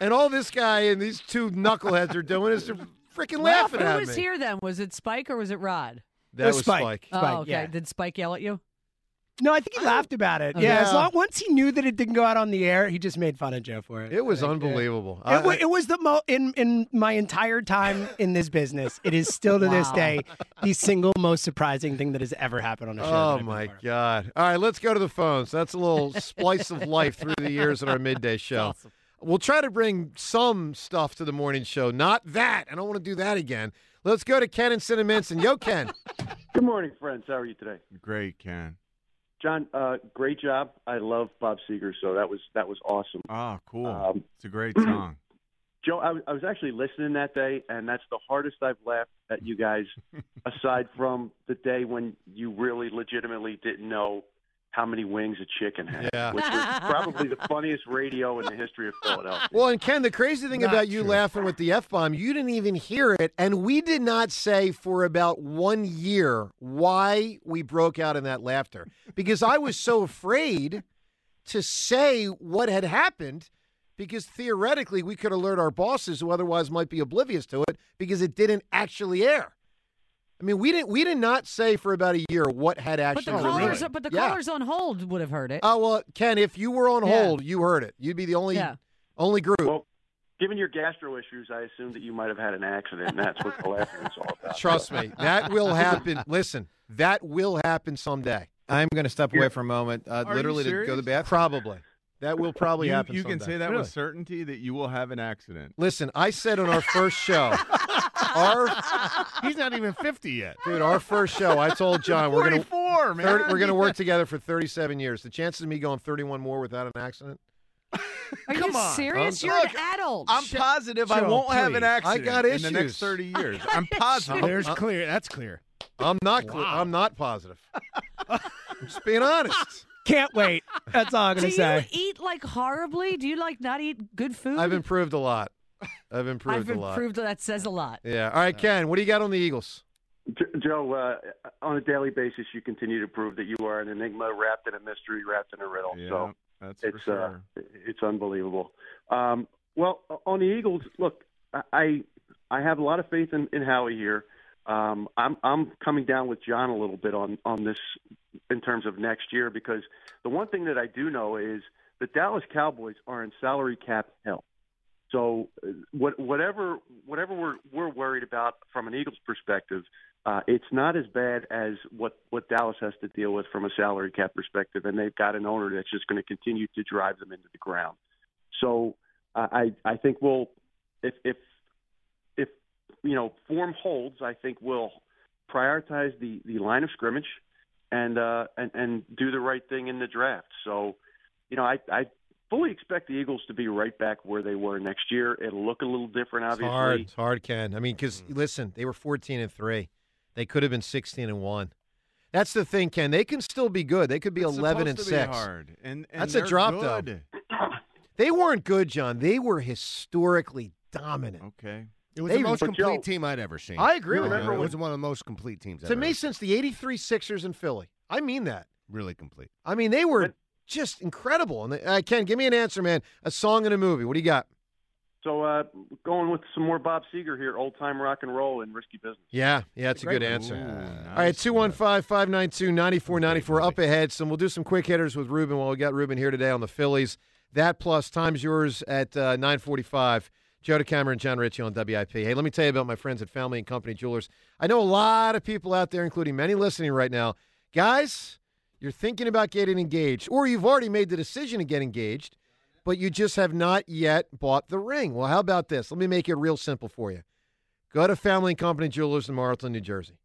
Speaker 1: and all this guy and these two knuckleheads are doing is they're freaking laughing
Speaker 4: Who
Speaker 1: at
Speaker 4: was
Speaker 1: me.
Speaker 4: here then? Was it Spike or was it Rod?
Speaker 1: That It was was Spike. Spike.
Speaker 4: Oh,
Speaker 1: Spike,
Speaker 4: okay.
Speaker 1: yeah.
Speaker 4: Did Spike yell at you?
Speaker 2: No, I think he laughed about
Speaker 1: Oh,
Speaker 2: it. Yeah, as
Speaker 4: Yeah.
Speaker 2: long, once he knew that it didn't go out on the air, he just made fun of Joe for it.
Speaker 1: It was unbelievable.
Speaker 2: It, wa- it was the mo in in my entire time in this business. It is still to this
Speaker 1: Wow.
Speaker 2: day the single most surprising thing that has ever happened on a show. that
Speaker 1: Oh
Speaker 2: I've
Speaker 1: my God! All right, let's go to the phones. That's a little splice of life through the years in our midday show. We'll try to bring some stuff to the morning show. Not that. I don't want to do that again. Let's go to Ken and Cinnaminson. Yo, Ken.
Speaker 11: Good morning, friends. How are you today?
Speaker 5: Great, Ken.
Speaker 11: John, uh, great job. I love Bob Seger, so that was that was awesome.
Speaker 5: Ah, cool.
Speaker 11: Um,
Speaker 5: it's a great song.
Speaker 11: Joe, I, was- I was actually listening that day, and that's the hardest I've laughed at you guys, aside from the day when you really legitimately didn't know how many wings a chicken had,
Speaker 1: Yeah.
Speaker 11: which was probably the funniest radio in the history of Philadelphia.
Speaker 1: Well, and Ken, the crazy thing
Speaker 11: Not
Speaker 1: about you
Speaker 11: true.
Speaker 1: laughing with the F bomb, you didn't even hear it. And we did not say for about one year why we broke out in that laughter because I was so afraid to say what had happened because theoretically we could alert our bosses who otherwise might be oblivious to it because it didn't actually air. I mean, we didn't. We did not say for about a year what had
Speaker 4: But the
Speaker 1: actually.
Speaker 4: callers,
Speaker 1: happened.
Speaker 4: but the
Speaker 1: Yeah.
Speaker 4: callers on hold would have heard it.
Speaker 1: Oh well, Ken, if you were on
Speaker 4: Yeah.
Speaker 1: hold, you heard it. You'd be the only
Speaker 4: Yeah.
Speaker 1: only group.
Speaker 11: Given your gastro issues, I assume that you might have had an accident, and that's what the laughing was all about.
Speaker 1: Trust me, that will happen. Listen, that will happen someday.
Speaker 12: I'm going to step away for a moment, uh,
Speaker 5: Are you
Speaker 12: literally to go to the
Speaker 5: serious?
Speaker 12: bathroom.
Speaker 1: Probably. That will probably
Speaker 5: you
Speaker 1: happen.
Speaker 5: you can
Speaker 1: someday.
Speaker 5: say that with certainty that you will have an accident.
Speaker 1: Listen, I said on our first show, our
Speaker 3: He's not even 50 yet.
Speaker 1: dude, our first show, I told John we're gonna
Speaker 3: 44, man.
Speaker 1: 30 we're gonna work together for 37 years. The chances of me going 31 more without an accident.
Speaker 4: Are you serious?
Speaker 1: I'm-
Speaker 4: You're
Speaker 1: Look,
Speaker 4: an adult.
Speaker 1: I'm
Speaker 4: Shut-
Speaker 1: positive
Speaker 5: I won't have an
Speaker 1: I
Speaker 5: accident
Speaker 1: got
Speaker 5: in
Speaker 1: issues
Speaker 5: the next 30 years. I'm positive.
Speaker 3: There's
Speaker 1: I'm-
Speaker 3: clear. That's clear.
Speaker 1: I'm not. cl- I'm not positive. I'm just being honest.
Speaker 2: Can't wait. That's all I'm
Speaker 4: Do
Speaker 2: gonna
Speaker 4: you
Speaker 2: say.
Speaker 4: eat like horribly? Do you like not eat good food?
Speaker 1: I've improved a lot. I've improved
Speaker 4: I've
Speaker 1: a lot.
Speaker 4: improved. That says a lot.
Speaker 1: Yeah. All right, Ken. What do you got on the Eagles?
Speaker 11: Jo- Joe, uh, on a daily basis, you continue to prove that you are an enigma wrapped in a mystery, wrapped in a riddle. so
Speaker 5: that's
Speaker 11: it's uh, it's unbelievable. Um, well, o- on the Eagles, look, I- I I have a lot of faith in, in Howie here. Um, I'm I'm coming down with John a little bit on on this in terms of next year because the one thing that I do know is the Dallas Cowboys are in salary cap hell. So uh, what, whatever whatever we're we're worried about from an Eagles perspective, uh, it's not as bad as what what Dallas has to deal with from a salary cap perspective, and they've got an owner that's just going to continue to drive them into the ground. So uh, I I think we'll if if if you know form holds, I think we'll prioritize the the line of scrimmage and uh and and do the right thing in the draft. So you know I I fully expect the Eagles to be right back where they were next year. It'll look a little different, obviously.
Speaker 1: It's hard. It's hard, Ken. I mean, because
Speaker 5: Mm-hmm.
Speaker 1: listen, they were 14 and three. They could have been 16 and one. That's the thing, Ken. They can still be good. They could be
Speaker 5: It's
Speaker 1: 11 and
Speaker 5: supposed to be
Speaker 1: six.
Speaker 5: hard, and- and
Speaker 1: That's a
Speaker 5: they're
Speaker 1: drop,
Speaker 5: good.
Speaker 1: though. They weren't good, John. They were historically dominant.
Speaker 5: Okay.
Speaker 3: It was the most complete team I'd ever seen.
Speaker 1: I agree
Speaker 3: You
Speaker 1: with
Speaker 3: remember
Speaker 1: you.
Speaker 3: It was one of the most complete teams. I've
Speaker 1: To
Speaker 3: ever
Speaker 1: me, since the 83 Sixers in Philly. I mean that.
Speaker 3: really complete.
Speaker 1: I mean, they were just incredible. And uh, Ken, give me an answer, man. A song and a movie. What do you got?
Speaker 11: So uh, going with some more Bob Seger here, old time rock and roll and risky business.
Speaker 1: Yeah, yeah, it's a good answer. All right, 215 592 9494 up ahead. So we'll do some quick hitters with Ruben while we got Ruben here today on the Phillies. That plus time's yours at uh, 945. Joe DeCamera and John Ritchie on WIP. Hey, let me tell you about my friends at Family and Company Jewelers. I know a lot of people out there, including many listening right now. Guys, you're thinking about getting engaged, or you've already made the decision to get engaged, but you just have not yet bought the ring. Well, how about this? Let me make it real simple for you. Go to Family and Company Jewelers in Marlton, New Jersey.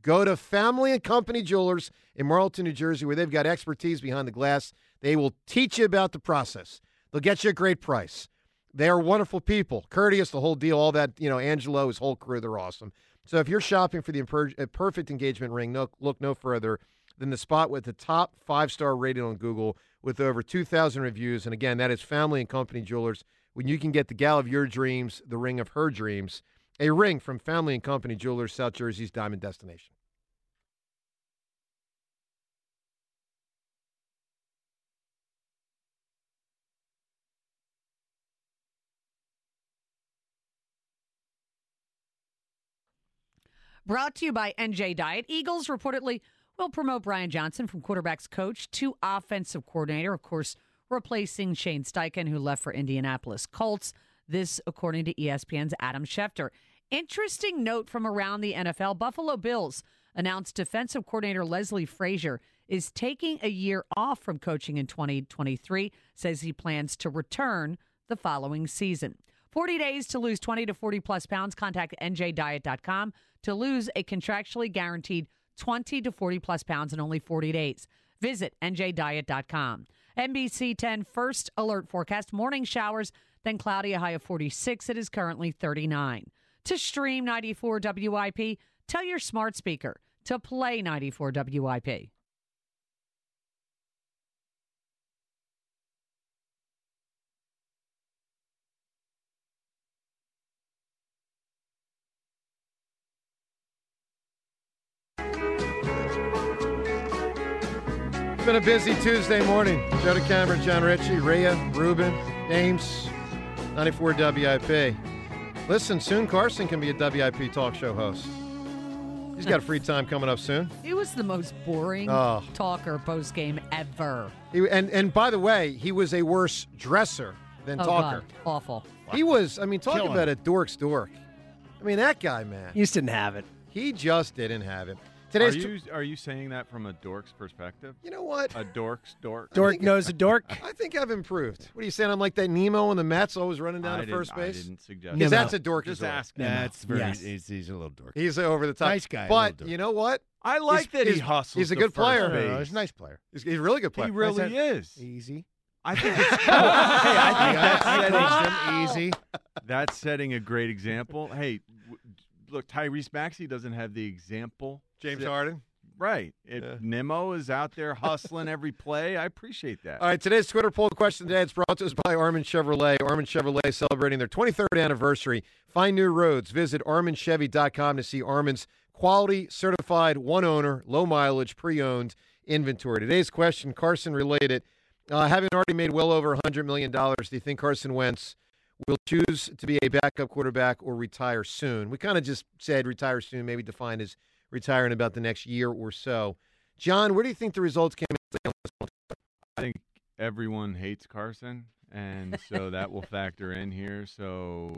Speaker 1: Go to Family and Company Jewelers in Marlton, New Jersey, where they've got expertise behind the glass. They will teach you about the process. They'll get you a great price. They are wonderful people, courteous, the whole deal, all that, you know, Angelo, his whole crew, they're awesome. So if you're shopping for the imper- uh, perfect engagement ring, no, look no further than the spot with the top five star rating on Google with over 2,000 reviews. And again, that is Family and Company Jewelers. When you can get the gal of your dreams, the ring of her dreams, a ring from Family and Company Jewelers, South Jersey's diamond destination.
Speaker 4: Brought to you by NJ Diet. Eagles reportedly will promote Brian Johnson from quarterbacks coach to offensive coordinator, of course, replacing Shane Steichen, who left for Indianapolis Colts. This, according to E ESPN's Adam Schefter. Interesting note from around the NFL Buffalo Bills announced defensive coordinator Leslie Frazier is taking a year off from coaching in 2023, says he plans to return the following season. 40 days to lose 20 to 40 plus pounds. Contact njdiet.com to lose a contractually guaranteed 20 to 40 plus pounds in only 40 days. Visit njdiet.com. NBC 10 first alert forecast morning showers, then cloudy, a high of 46. It is currently 39. To stream 94 WIP, tell your smart speaker to play 94 WIP.
Speaker 1: It's been a busy Tuesday morning. Joe DeCamera, John Ritchie, Rhea, Ruben, James, 94 WIP. Listen, soon Carson can be a WIP talk show host. He's got a free time coming up soon.
Speaker 4: It was the most boring
Speaker 1: Oh.
Speaker 4: talker post game ever.
Speaker 1: He, and, and by the way, he was a worse dresser than
Speaker 4: Oh,
Speaker 1: talker.
Speaker 4: God. Awful.
Speaker 1: He was, I mean, talk
Speaker 4: Killing
Speaker 1: about
Speaker 4: it.
Speaker 1: a dork's dork. I mean, that guy, man.
Speaker 2: He just didn't have it.
Speaker 1: He just didn't have it.
Speaker 5: Are
Speaker 1: Today's
Speaker 5: you, are you saying that from a dork's perspective? You
Speaker 1: know what?
Speaker 5: A dork's dork.
Speaker 2: Dork knows a dork.
Speaker 1: I think I've improved. What are you saying? I'm like that Nemo and the Mets always running down
Speaker 5: I
Speaker 1: to
Speaker 5: didn't-
Speaker 1: first
Speaker 5: I
Speaker 1: base?
Speaker 5: didn't suggest
Speaker 1: Because
Speaker 5: that.
Speaker 1: that's a dork.
Speaker 5: Just
Speaker 1: dork.
Speaker 5: ask Nemo.
Speaker 3: That's very.
Speaker 5: Yes.
Speaker 3: He's, he's a little dork.
Speaker 1: He's over the top.
Speaker 3: Nice guy. a
Speaker 1: But
Speaker 3: little dork.
Speaker 1: you know what?
Speaker 5: I like
Speaker 1: He's-
Speaker 5: that he
Speaker 1: he's-
Speaker 5: hustles
Speaker 1: He's a
Speaker 5: to
Speaker 1: good
Speaker 5: first
Speaker 1: player.
Speaker 5: base.
Speaker 3: No, no, he's a nice player.
Speaker 1: He's, he's a really good player.
Speaker 5: He really is.
Speaker 3: Easy.
Speaker 5: I think it's
Speaker 3: Hey, I think that's setting him easy.
Speaker 5: That's setting a great example. Hey, w- look, Tyrese Maxey doesn't have the example.
Speaker 1: James
Speaker 5: set-
Speaker 1: Harden.
Speaker 5: Right. If Nimmo is out there hustling every play, I appreciate that.
Speaker 1: All right, today's Twitter poll question today is brought to us by Armin Chevrolet. Armin Chevrolet celebrating their 23rd anniversary. Find new roads. Visit arminchevy.com to see Armin's quality, certified, one owner, low mileage, pre owned inventory. Today's question, Carson related. Uh, having already made well over $100 million, do you think Carson Wentz will choose to be a backup quarterback or retire soon? We kind of just said retire soon, maybe defined as retire in about the next year or so. John, where do you think the results came in?
Speaker 5: I think everyone hates Carson, and so that will factor in here. So,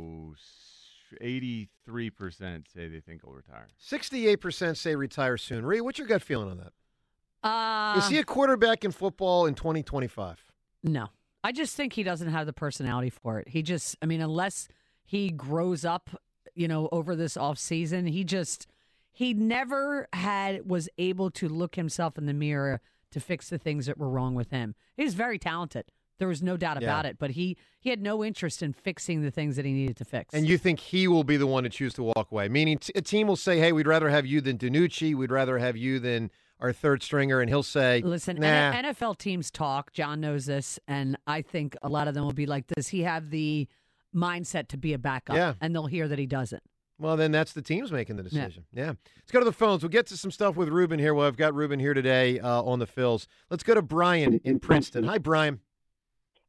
Speaker 5: eighty-three percent say they think he'll retire.
Speaker 1: Sixty-eight percent say retire soon. Ree, what's your gut feeling on that?
Speaker 4: Uh,
Speaker 1: Is he a quarterback in football in twenty twenty-five?
Speaker 4: No. I just think he doesn't have the personality for it. He just, I mean, unless he grows up, you know, over this offseason, he just, he never had, was able to look himself in the mirror to fix the things that were wrong with him. He's very talented. There was no doubt
Speaker 1: Yeah.
Speaker 4: about it, but he, he had no interest in fixing the things that he needed to fix.
Speaker 1: And you think he will be the one to choose to walk away? Meaning, t- a team will say, "Hey, we'd rather have you than Danucci. We'd rather have you than our third stringer," and he'll say,
Speaker 4: Listen,
Speaker 1: nah,
Speaker 4: N- NFL teams talk. John knows this, and I think a lot of them will be like, "Does he have the mindset to be a backup?"
Speaker 1: Yeah.
Speaker 4: and they'll hear that he doesn't.
Speaker 1: Well, then that's the teams making the decision. Yeah. Let's go to the phones. We'll get to some stuff with Ruben here. Well, I've got Ruben here today uh, on the Phils. Let's go to Brian in Princeton. Hi, Brian.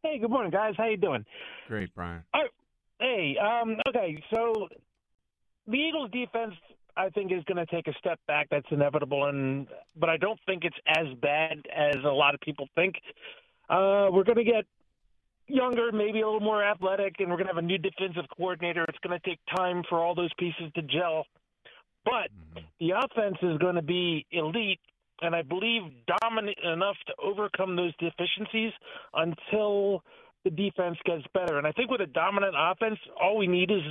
Speaker 13: Hey, good morning, guys. How you doing?
Speaker 5: Great, Brian.
Speaker 13: Oh, hey, um, okay, so the Eagles' defense, I think, is going to take a step back. That's inevitable, and but I don't think it's as bad as a lot of people think. Uh, we're going to get younger, maybe a little more athletic, and we're going to have a new defensive coordinator. It's going to take time for all those pieces to gel, but
Speaker 5: Mm-hmm.
Speaker 13: the offense is going to be elite. And I believe dominant enough to overcome those deficiencies until the defense gets better. And I think with a dominant offense, all we need is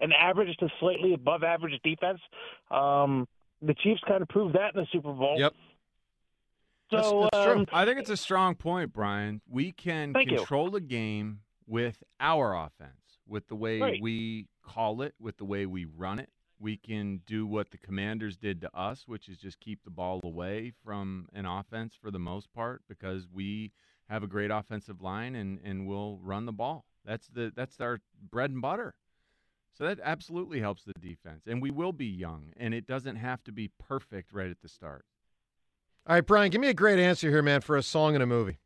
Speaker 13: an average to slightly above average defense. Um, the Chiefs kind of proved that in the Super Bowl.
Speaker 5: Yep.
Speaker 13: So um,
Speaker 5: I think it's a strong point, Brian. We can
Speaker 13: Thank you.
Speaker 5: control the game with our offense, with the way
Speaker 13: Right.
Speaker 5: we call it, with the way we run it. We can do what the commanders did to us, which is just keep the ball away from an offense for the most part because we have a great offensive line and, and we'll run the ball. That's the that's our bread and butter. So that absolutely helps the defense. And we will be young and it doesn't have to be perfect right at the start.
Speaker 1: All right, Brian, give me a great answer here, man, for a song and a movie.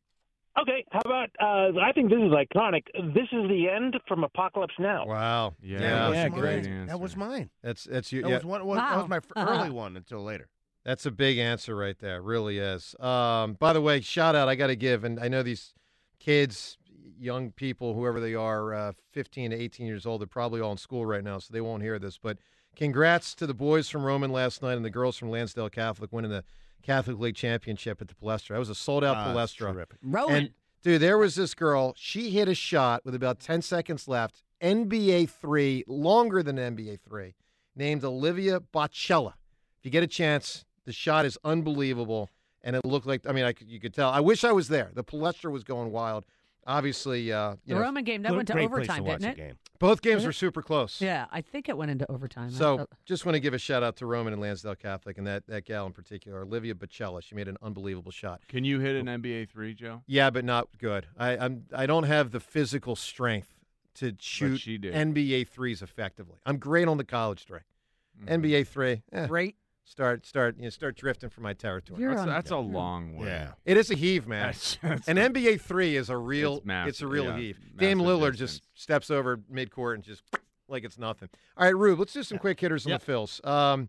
Speaker 13: okay, how about? Uh, I think this is iconic. This is the end from Apocalypse Now.
Speaker 1: Wow.
Speaker 5: Yeah.
Speaker 3: that was
Speaker 1: great
Speaker 3: mine.
Speaker 1: answer.
Speaker 3: That was mine.
Speaker 1: That's that's you.
Speaker 3: That
Speaker 1: yeah.
Speaker 3: was one. Was, That was
Speaker 13: Wow.
Speaker 3: my f- early one until later.
Speaker 1: That's a big answer right there. Really is. Um, by the way, shout out I got to give, and I know these kids, young people, whoever they are, uh, 15 to 18 years old, they're probably all in school right now, so they won't hear this. But congrats to the boys from Roman last night and the girls from Lansdale Catholic winning the Catholic League Championship at the Palestra. That was a sold out
Speaker 3: Ah, that's
Speaker 1: Palestra.
Speaker 3: terrific.
Speaker 4: Rowan.
Speaker 1: And, dude, there was this girl. She hit a shot with about 10 seconds left, NBA three, longer than NBA three, named Olivia Bocella. If you get a chance, the shot is unbelievable, and it looked like I mean, I could, you could tell. I wish I was there. The Palestra was going wild. Obviously, uh, you
Speaker 4: The
Speaker 1: know,
Speaker 4: Roman game, that went to Great place to overtime, watch didn't a it? game.
Speaker 1: Both games
Speaker 4: Was
Speaker 1: were
Speaker 4: it?
Speaker 1: super close.
Speaker 4: Yeah, I think it went into overtime. I
Speaker 1: So,
Speaker 4: felt-
Speaker 1: just want to give a shout out to Roman and Lansdale Catholic, and that, that gal in particular, Olivia Bocella. She made an unbelievable shot.
Speaker 5: Can you hit an NBA three, Joe?
Speaker 1: Yeah, but not good. I I'm I don't have the physical strength to shoot
Speaker 5: she did.
Speaker 1: NBA threes effectively. I'm great on the college three,
Speaker 5: Mm-hmm.
Speaker 1: NBA three. Eh,
Speaker 4: great.
Speaker 1: Start start you know, start drifting from my territory.
Speaker 5: That's, that's a long way.
Speaker 3: Yeah.
Speaker 1: It is a heave, man.
Speaker 5: That's- that's-
Speaker 1: An NBA three is a real. It's,
Speaker 5: It's massive,
Speaker 1: a real
Speaker 5: yeah,
Speaker 1: heave. Dame
Speaker 5: massive
Speaker 1: Lillard just steps over midcourt and just like it's nothing. All right, Rube, let's do some quick hitters on
Speaker 12: Yep.
Speaker 1: the Phils. Um,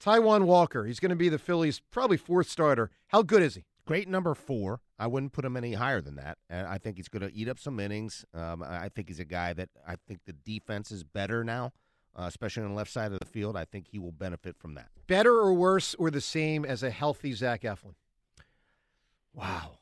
Speaker 1: Taiwan Walker, he's going to be the Phillies' probably fourth starter. How good is he?
Speaker 3: Great number four. I wouldn't put him any higher than that. And I think he's going to eat up some innings. Um, I I think he's a guy that I think the defense is better now, uh, especially on the left side of the field. I think he will benefit from that.
Speaker 1: Better or worse or the same as a healthy Zach Eflin?
Speaker 3: Wow.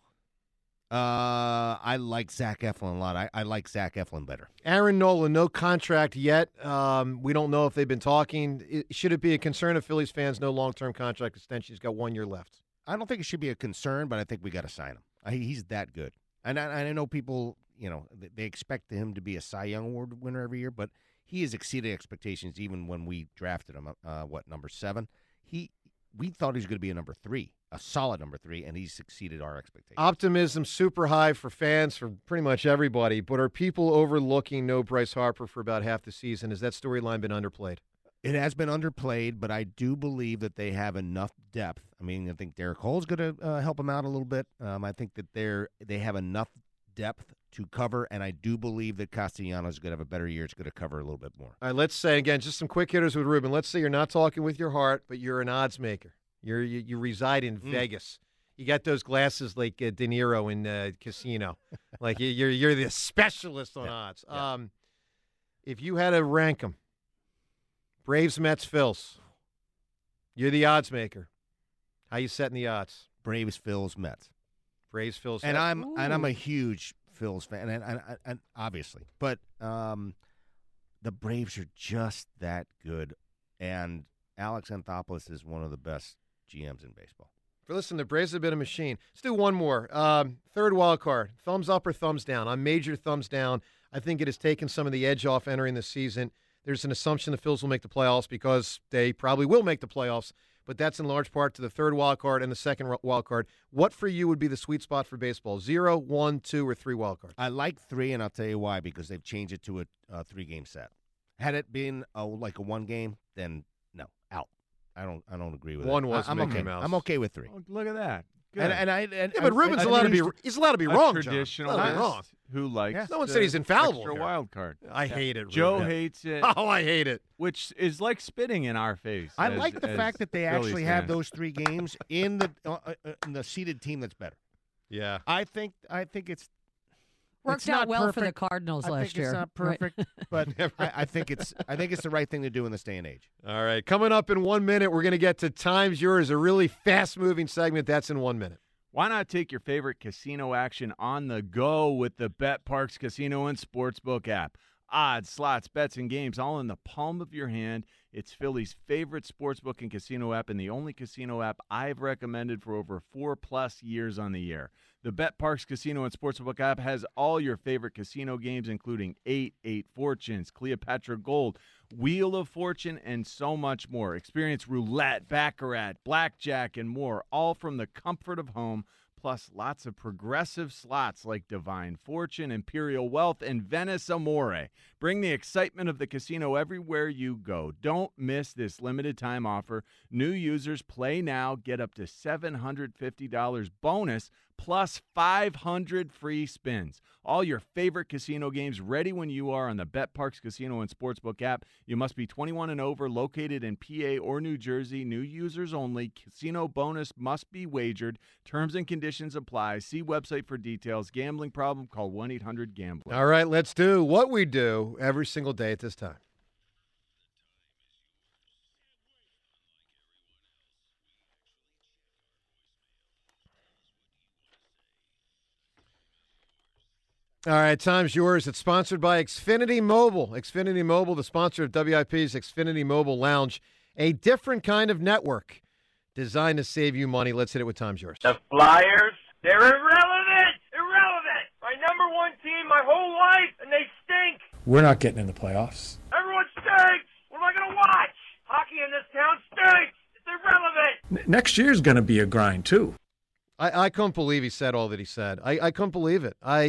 Speaker 3: Uh, I like Zach Eflin a lot. I, I like Zach Eflin better.
Speaker 1: Aaron Nolan, no contract yet. Um, we don't know if they've been talking. I should it be a concern of Phillies fans? No long term contract extension. He's got one year left.
Speaker 3: I don't think it should be a concern, but I think we got to sign him. I, he's that good, and I, I know people, you know, th- they expect him to be a Cy Young Award winner every year, but he has exceeded expectations even when we drafted him. Uh, what number seven? He we thought he was going to be a number three, a solid number three, and he's exceeded our expectations.
Speaker 1: Optimism super high for fans, for pretty much everybody. But are people overlooking no Bryce Harper for about half the season? Has that storyline been underplayed?
Speaker 3: It has been underplayed, but I do believe that they have enough depth. I mean, I think Derek Hole's going to uh, help him out a little bit. Um, I think that they're they have enough depth to cover, and I do believe that Castellanos is going to have a better year. It's going to cover a little bit more.
Speaker 1: All right, let's say again, just some quick hitters with Ruben. Let's say you're not talking with your heart, but you're an odds maker. You're, you you reside in
Speaker 3: Mm.
Speaker 1: Vegas. You got those glasses like uh, De Niro in uh, Casino. like you- you're you're the specialist on odds. Um, if you had to rank them, Braves, Mets, Phils, you're the odds maker. How you setting the odds?
Speaker 3: Braves, Phils, Mets.
Speaker 1: Braves, Phils,
Speaker 3: and
Speaker 1: Mets.
Speaker 3: I'm and I'm a huge Phils fan, and, and, and, and obviously, but um, the Braves are just that good, and Alex Anthopoulos is one of the best GMs in baseball.
Speaker 1: But listen, the Braves have been a machine. Let's do one more. Um, third wild card, thumbs up or thumbs down? I'm major thumbs down. I think it has taken some of the edge off entering the season. There's an assumption the Phils will make the playoffs because they probably will make the playoffs, but that's in large part to the third wild card and the second ro- wild card. What for you would be the sweet spot for baseball? Zero, one, two, or three wild card?
Speaker 3: I like three, and I'll tell you why because they've changed it to a, a three game set. Had it been a, like a one game, then no, out. I don't. I don't agree with
Speaker 1: One
Speaker 3: it. I-
Speaker 1: was
Speaker 3: I'm
Speaker 1: Mickey
Speaker 3: okay.
Speaker 1: Mouse.
Speaker 3: I'm okay with three.
Speaker 5: Oh, look at that. Good.
Speaker 3: And- and I- and-
Speaker 1: Yeah, but
Speaker 3: I-
Speaker 1: Ruben's
Speaker 3: I
Speaker 1: allowed to
Speaker 3: think
Speaker 1: be. He's allowed to be
Speaker 5: a
Speaker 1: wrong, John.
Speaker 5: traditionalist
Speaker 1: Allowed to be wrong.
Speaker 5: Who likes?
Speaker 1: No one
Speaker 5: the
Speaker 1: said he's infallible
Speaker 5: Extra
Speaker 1: here.
Speaker 5: wild card.
Speaker 1: I hate it,
Speaker 5: Joe
Speaker 1: Ruben.
Speaker 5: hates it.
Speaker 1: Oh, I hate it.
Speaker 5: Which is like spitting in our face.
Speaker 3: I
Speaker 5: as-
Speaker 3: like the
Speaker 5: as
Speaker 3: fact that they
Speaker 5: Phillies
Speaker 3: actually have
Speaker 5: fans.
Speaker 3: those three games in the uh, uh, uh, in the seeded team that's better.
Speaker 1: Yeah.
Speaker 3: I think. I think it's
Speaker 4: Worked
Speaker 3: it's
Speaker 4: out
Speaker 3: not
Speaker 4: well for the
Speaker 3: perfect.
Speaker 4: Cardinals
Speaker 3: I
Speaker 4: last
Speaker 3: think
Speaker 4: year.
Speaker 3: It's not
Speaker 4: Right.
Speaker 3: perfect, but I, I think it's. I think it's the right thing to do in this day and age.
Speaker 1: All right. Coming up in one minute, we're going to get to Times Yours, a really fast moving segment. That's in one minute.
Speaker 5: Why not take your favorite casino action on the go with the Bet Parks Casino and Sportsbook app? Odds, slots, bets, and games all in the palm of your hand. It's Philly's favorite sportsbook and casino app and the only casino app I've recommended for over four plus years on the air. The Bet Parks Casino and Sportsbook app has all your favorite casino games, including 8, 8 Fortunes, Cleopatra Gold, Wheel of Fortune, and so much more. Experience roulette, baccarat, blackjack, and more, all from the comfort of home, plus lots of progressive slots like Divine Fortune, Imperial Wealth, and Venice Amore. Bring the excitement of the casino everywhere you go. Don't miss this limited time offer. New users play now, get up to $750 bonus plus 500 free spins. All your favorite casino games ready when you are on the Bet Parks Casino and Sportsbook app. You must be 21 and over, located in PA or New Jersey. New users only. Casino bonus must be wagered. Terms and conditions apply. See website for details. Gambling problem? Call 1-800-GAMBLER.
Speaker 1: All right. Let's do what we do every single day at this time. All right, time's yours. It's sponsored by Xfinity Mobile. Xfinity Mobile, the sponsor of WIP's Xfinity Mobile Lounge, a different kind of network designed to save you money. Let's hit it with time's yours.
Speaker 14: Flyers, they're irrelevant! Irrelevant! My number one team my whole life, and they stink!
Speaker 15: We're not getting in the playoffs.
Speaker 14: Everyone stinks! What am I gonna watch? Hockey in this town stinks! It's irrelevant!
Speaker 15: N- next year's going to be a grind, too.
Speaker 1: I, I couldn't believe he said all that he said. I, I couldn't believe it. I,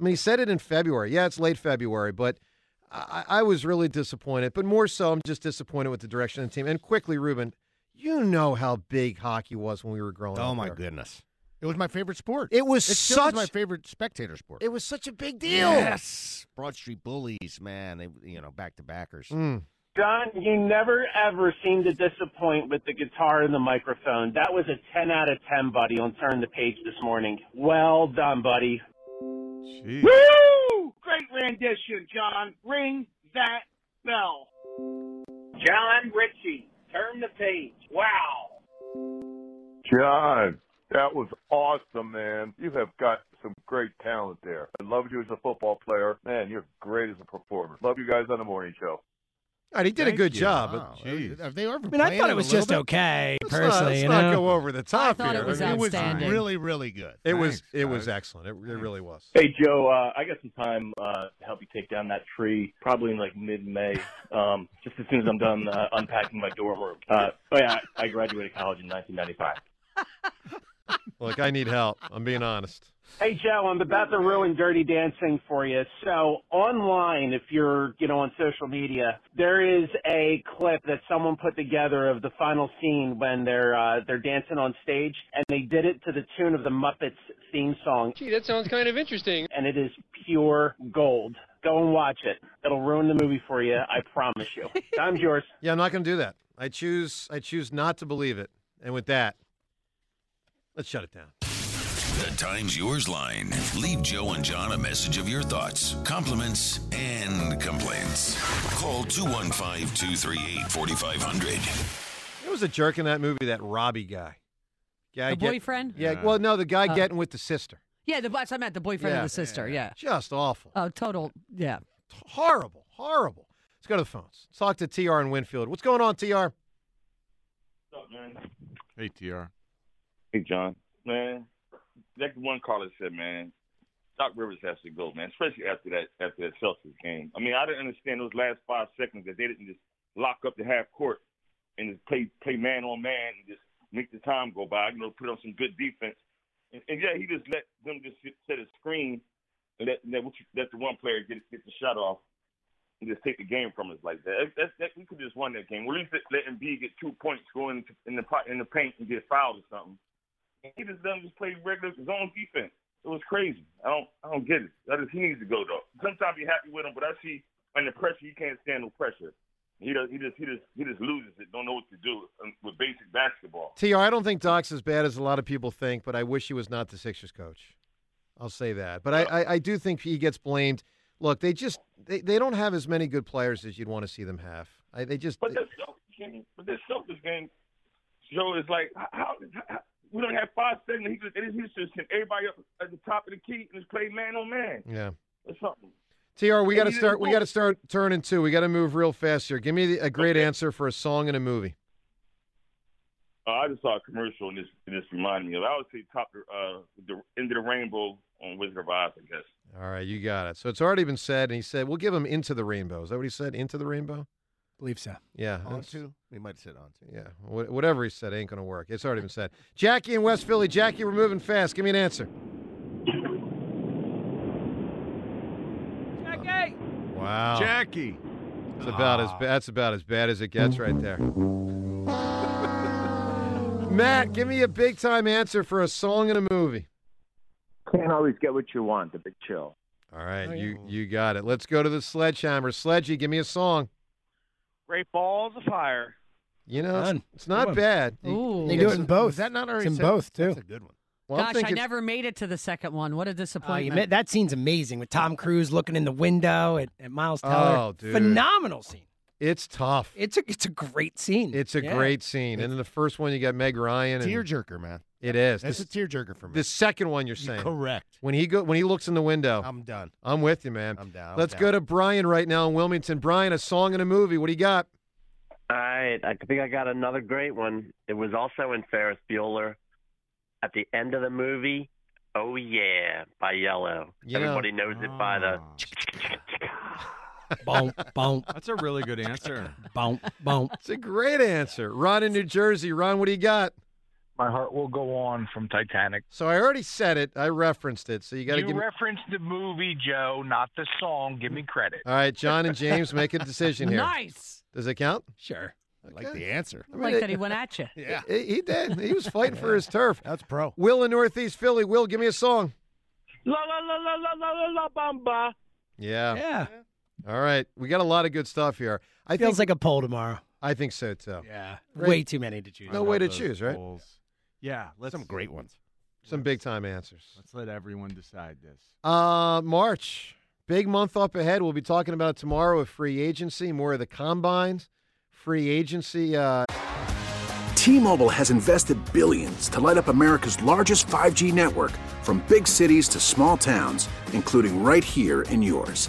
Speaker 1: I mean, he said it in February. Yeah, it's late February, but I, I was really disappointed. But more so, I'm just disappointed with the direction of the team. And quickly, Ruben, you know how big hockey was when we were growing up.
Speaker 3: Oh my
Speaker 1: there.
Speaker 3: goodness, it was my favorite sport.
Speaker 1: It was
Speaker 3: still is
Speaker 1: such-
Speaker 3: my favorite spectator sport.
Speaker 1: It was such a big deal.
Speaker 3: Yes, Broad Street Bullies, man. They you know back to backers.
Speaker 1: Mm.
Speaker 16: John, you never ever seem to disappoint with the guitar and the microphone. That was a 10 out of 10, buddy, on Turn the Page this morning. Well done, buddy.
Speaker 14: Woo! Great rendition, John. Ring that bell. John Ritchie, turn the page. Wow.
Speaker 7: John, that was awesome, man. You have got some great talent there. I loved you as a football player. Man, you're great as a performer. Love you guys on the morning show.
Speaker 1: All right, he did a
Speaker 3: Thank
Speaker 1: good
Speaker 3: you.
Speaker 1: job.
Speaker 3: Wow.
Speaker 1: but geez.
Speaker 3: Are they over
Speaker 2: I mean, I thought it was just okay,
Speaker 1: Let's not-
Speaker 2: personally.
Speaker 1: let's
Speaker 2: you
Speaker 1: not
Speaker 2: know?
Speaker 1: go over the top
Speaker 2: thought it
Speaker 1: here.
Speaker 2: was
Speaker 1: I mean,
Speaker 2: outstanding.
Speaker 3: really, really good.
Speaker 1: It was.
Speaker 3: Thanks,
Speaker 1: It was
Speaker 3: guys.
Speaker 1: excellent. It, it really was.
Speaker 17: Hey Joe, uh, I got some time uh, to help you take down that tree, probably in like mid-May, um, just as soon as I'm done uh, unpacking my dorm room. Uh, but yeah, I I graduated college in 1995.
Speaker 1: Look, I need help. I'm being honest.
Speaker 16: Hey Joe, I'm about to ruin Dirty Dancing for you. So online, if you're you know on social media, there is a clip that someone put together of the final scene when they're uh, they're dancing on stage, and they did it to the tune of the Muppets theme song. Gee, that sounds kind of interesting. And it is pure gold. Go and watch it. It'll ruin the movie for you. I promise you. Time's yours.
Speaker 1: Yeah, I'm not going to do that. I choose. I choose not to believe it. And with that, let's shut it down.
Speaker 18: The Times Yours line. Leave Joe and John a message of your thoughts, compliments, and complaints. Call 215 238 4500.
Speaker 1: It was a jerk in that movie. That Robbie guy. Guy
Speaker 4: The
Speaker 1: get-
Speaker 4: boyfriend?
Speaker 1: Yeah,
Speaker 4: Yeah.
Speaker 1: Well, no, the guy
Speaker 4: Oh.
Speaker 1: getting with the sister.
Speaker 4: Yeah, the, that's what I meant the boyfriend
Speaker 1: Yeah.
Speaker 4: and the sister. Yeah.
Speaker 1: Just awful.
Speaker 4: Oh, total. Yeah.
Speaker 1: Horrible. Horrible. Let's go to the phones. Let's talk to Tr in Winfield. What's going on, Tr?
Speaker 17: What's up, man?
Speaker 5: Hey, TR.
Speaker 18: Hey, John.
Speaker 17: Man, that one caller said, man, Doc Rivers has to go, man. Especially after that after that Celtics game. I mean, I didn't understand those last five seconds that they didn't just lock up the half court and just play play man on man and just make the time go by. You know, put on some good defense. And, and yeah, he just let them just sit- set a screen and let, let, what you- let the one player get get the shot off. and just take the game from us like that. That, that, that- we could just won that game. Or at least let Embiid get two points going in the pot in the paint and get fouled or something. And he just done just played regular zone defense. It was crazy. I don't I don't get it. That is, he needs to go though. Sometimes you're happy with him, but I see under pressure he can't stand no pressure. He does, he just he just he just loses it. Don't know what to do um, with basic basketball.
Speaker 1: TR, I don't think Doc's as bad as a lot of people think, but I wish he was not the Sixers coach. I'll say that. But I, I, I do think he gets blamed. Look, they just they, they don't have as many good players as you'd want to see them have. I, they just
Speaker 17: But this selfish game, but this selfish game, Joe is like how, how, how we don't have five seconds. He just he just sent everybody up at the top of the key and just played man on man
Speaker 1: yeah.
Speaker 17: or something.
Speaker 1: TR,
Speaker 17: And
Speaker 1: we got to
Speaker 17: he didn't
Speaker 1: start. We
Speaker 17: move.
Speaker 1: got to start turning two. We got to move real fast here. Give me the, a great answer for a song and a movie.
Speaker 17: Uh, I just saw a commercial and this and this reminded me of. I would say top uh the end of the rainbow on Wizard of Oz, I guess.
Speaker 1: All right, you got it. So it's already been said, and he said we'll give him into the rainbow. Is that what he said? Into the rainbow.
Speaker 2: Believe so.
Speaker 1: Yeah.
Speaker 3: On
Speaker 1: that's-
Speaker 3: to? We might sit on to.
Speaker 1: Yeah. Wh- Whatever he said ain't gonna work. It's already been said. Jackie in West Philly. Jackie, we're moving fast. Give me an answer.
Speaker 10: Jackie!
Speaker 1: Wow.
Speaker 5: Jackie.
Speaker 1: It's about
Speaker 3: Ah.
Speaker 1: as ba- that's about as bad as it gets right there. Matt, give me a big time answer for a song and a movie.
Speaker 6: Can't always get what you want. The big chill.
Speaker 1: All right, you you got it. Let's go to the sledgehammer. Sledgy, give me a song.
Speaker 14: Great balls of fire.
Speaker 1: You know,
Speaker 2: Done.
Speaker 1: it's, it's not bad.
Speaker 4: Ooh.
Speaker 2: They do it in
Speaker 1: It's-
Speaker 2: both.
Speaker 1: was that not
Speaker 2: It's
Speaker 1: already
Speaker 2: in
Speaker 1: said?
Speaker 2: both too.
Speaker 1: That's
Speaker 2: a
Speaker 3: good one.
Speaker 1: Well, I'm
Speaker 4: Gosh, I
Speaker 1: thinking-
Speaker 4: never made it to the second one. What a disappointment.
Speaker 2: Oh, that scene's amazing with Tom Cruise looking in the window at, at Miles Teller.
Speaker 1: Oh, dude.
Speaker 2: Phenomenal scene.
Speaker 1: It's tough.
Speaker 2: It's a it's a great scene.
Speaker 1: It's a
Speaker 2: Yeah.
Speaker 1: great scene. And then the first one you got Meg Ryan. And
Speaker 3: Tearjerker, man.
Speaker 1: It is.
Speaker 3: That's
Speaker 1: The-
Speaker 3: a tearjerker for me.
Speaker 1: The second one you're saying.
Speaker 3: correct.
Speaker 1: When he go when he looks in the window.
Speaker 3: I'm done.
Speaker 1: I'm with you, man.
Speaker 3: I'm down. I'm
Speaker 1: Let's
Speaker 3: down.
Speaker 1: go to Brian right now in Wilmington. Brian, a song and a movie. What do you got?
Speaker 6: All right, I think I got another great one. It was also in Ferris Bueller. At the end of the movie, "Oh Yeah" by Yellow.
Speaker 5: You know-
Speaker 6: Everybody knows it by the.
Speaker 9: Oh.
Speaker 2: Boom, boom.
Speaker 5: That's a really good answer.
Speaker 2: Boom, boom.
Speaker 1: It's a great answer. Ron in New Jersey. Ron, what do you got?
Speaker 19: My heart will go on from Titanic.
Speaker 1: So I already said it. I referenced it. So you got to
Speaker 19: you
Speaker 1: give me.
Speaker 19: referenced the movie, Joe, not the song. Give me credit.
Speaker 1: All right, John and James, make a decision here.
Speaker 4: Nice.
Speaker 1: Does it count?
Speaker 2: Sure.
Speaker 3: I like the answer.
Speaker 4: I like that he went at you.
Speaker 3: Yeah.
Speaker 1: He, he did. He was fighting for his turf. That's
Speaker 3: pro.
Speaker 1: Will in Northeast Philly. Will, give me a song.
Speaker 14: La la la la la la la la bamba.
Speaker 1: Yeah.
Speaker 2: Yeah.
Speaker 1: All right. We got a lot of good stuff here. I
Speaker 2: Feels
Speaker 1: think,
Speaker 2: like a poll tomorrow.
Speaker 1: I think so too.
Speaker 2: Yeah.
Speaker 1: Right?
Speaker 2: Way too many to choose.
Speaker 1: No way to choose, right?
Speaker 5: Yeah, let's
Speaker 3: Some great ones.
Speaker 1: Some big time answers.
Speaker 5: let's let everyone decide this.
Speaker 1: Uh, March, big month up ahead. We'll be talking about it tomorrow with free agency, more of the combines, free agency. Uh,
Speaker 20: T-Mobile has invested billions to light up America's largest 5G network from big cities to small towns, including right here in yours.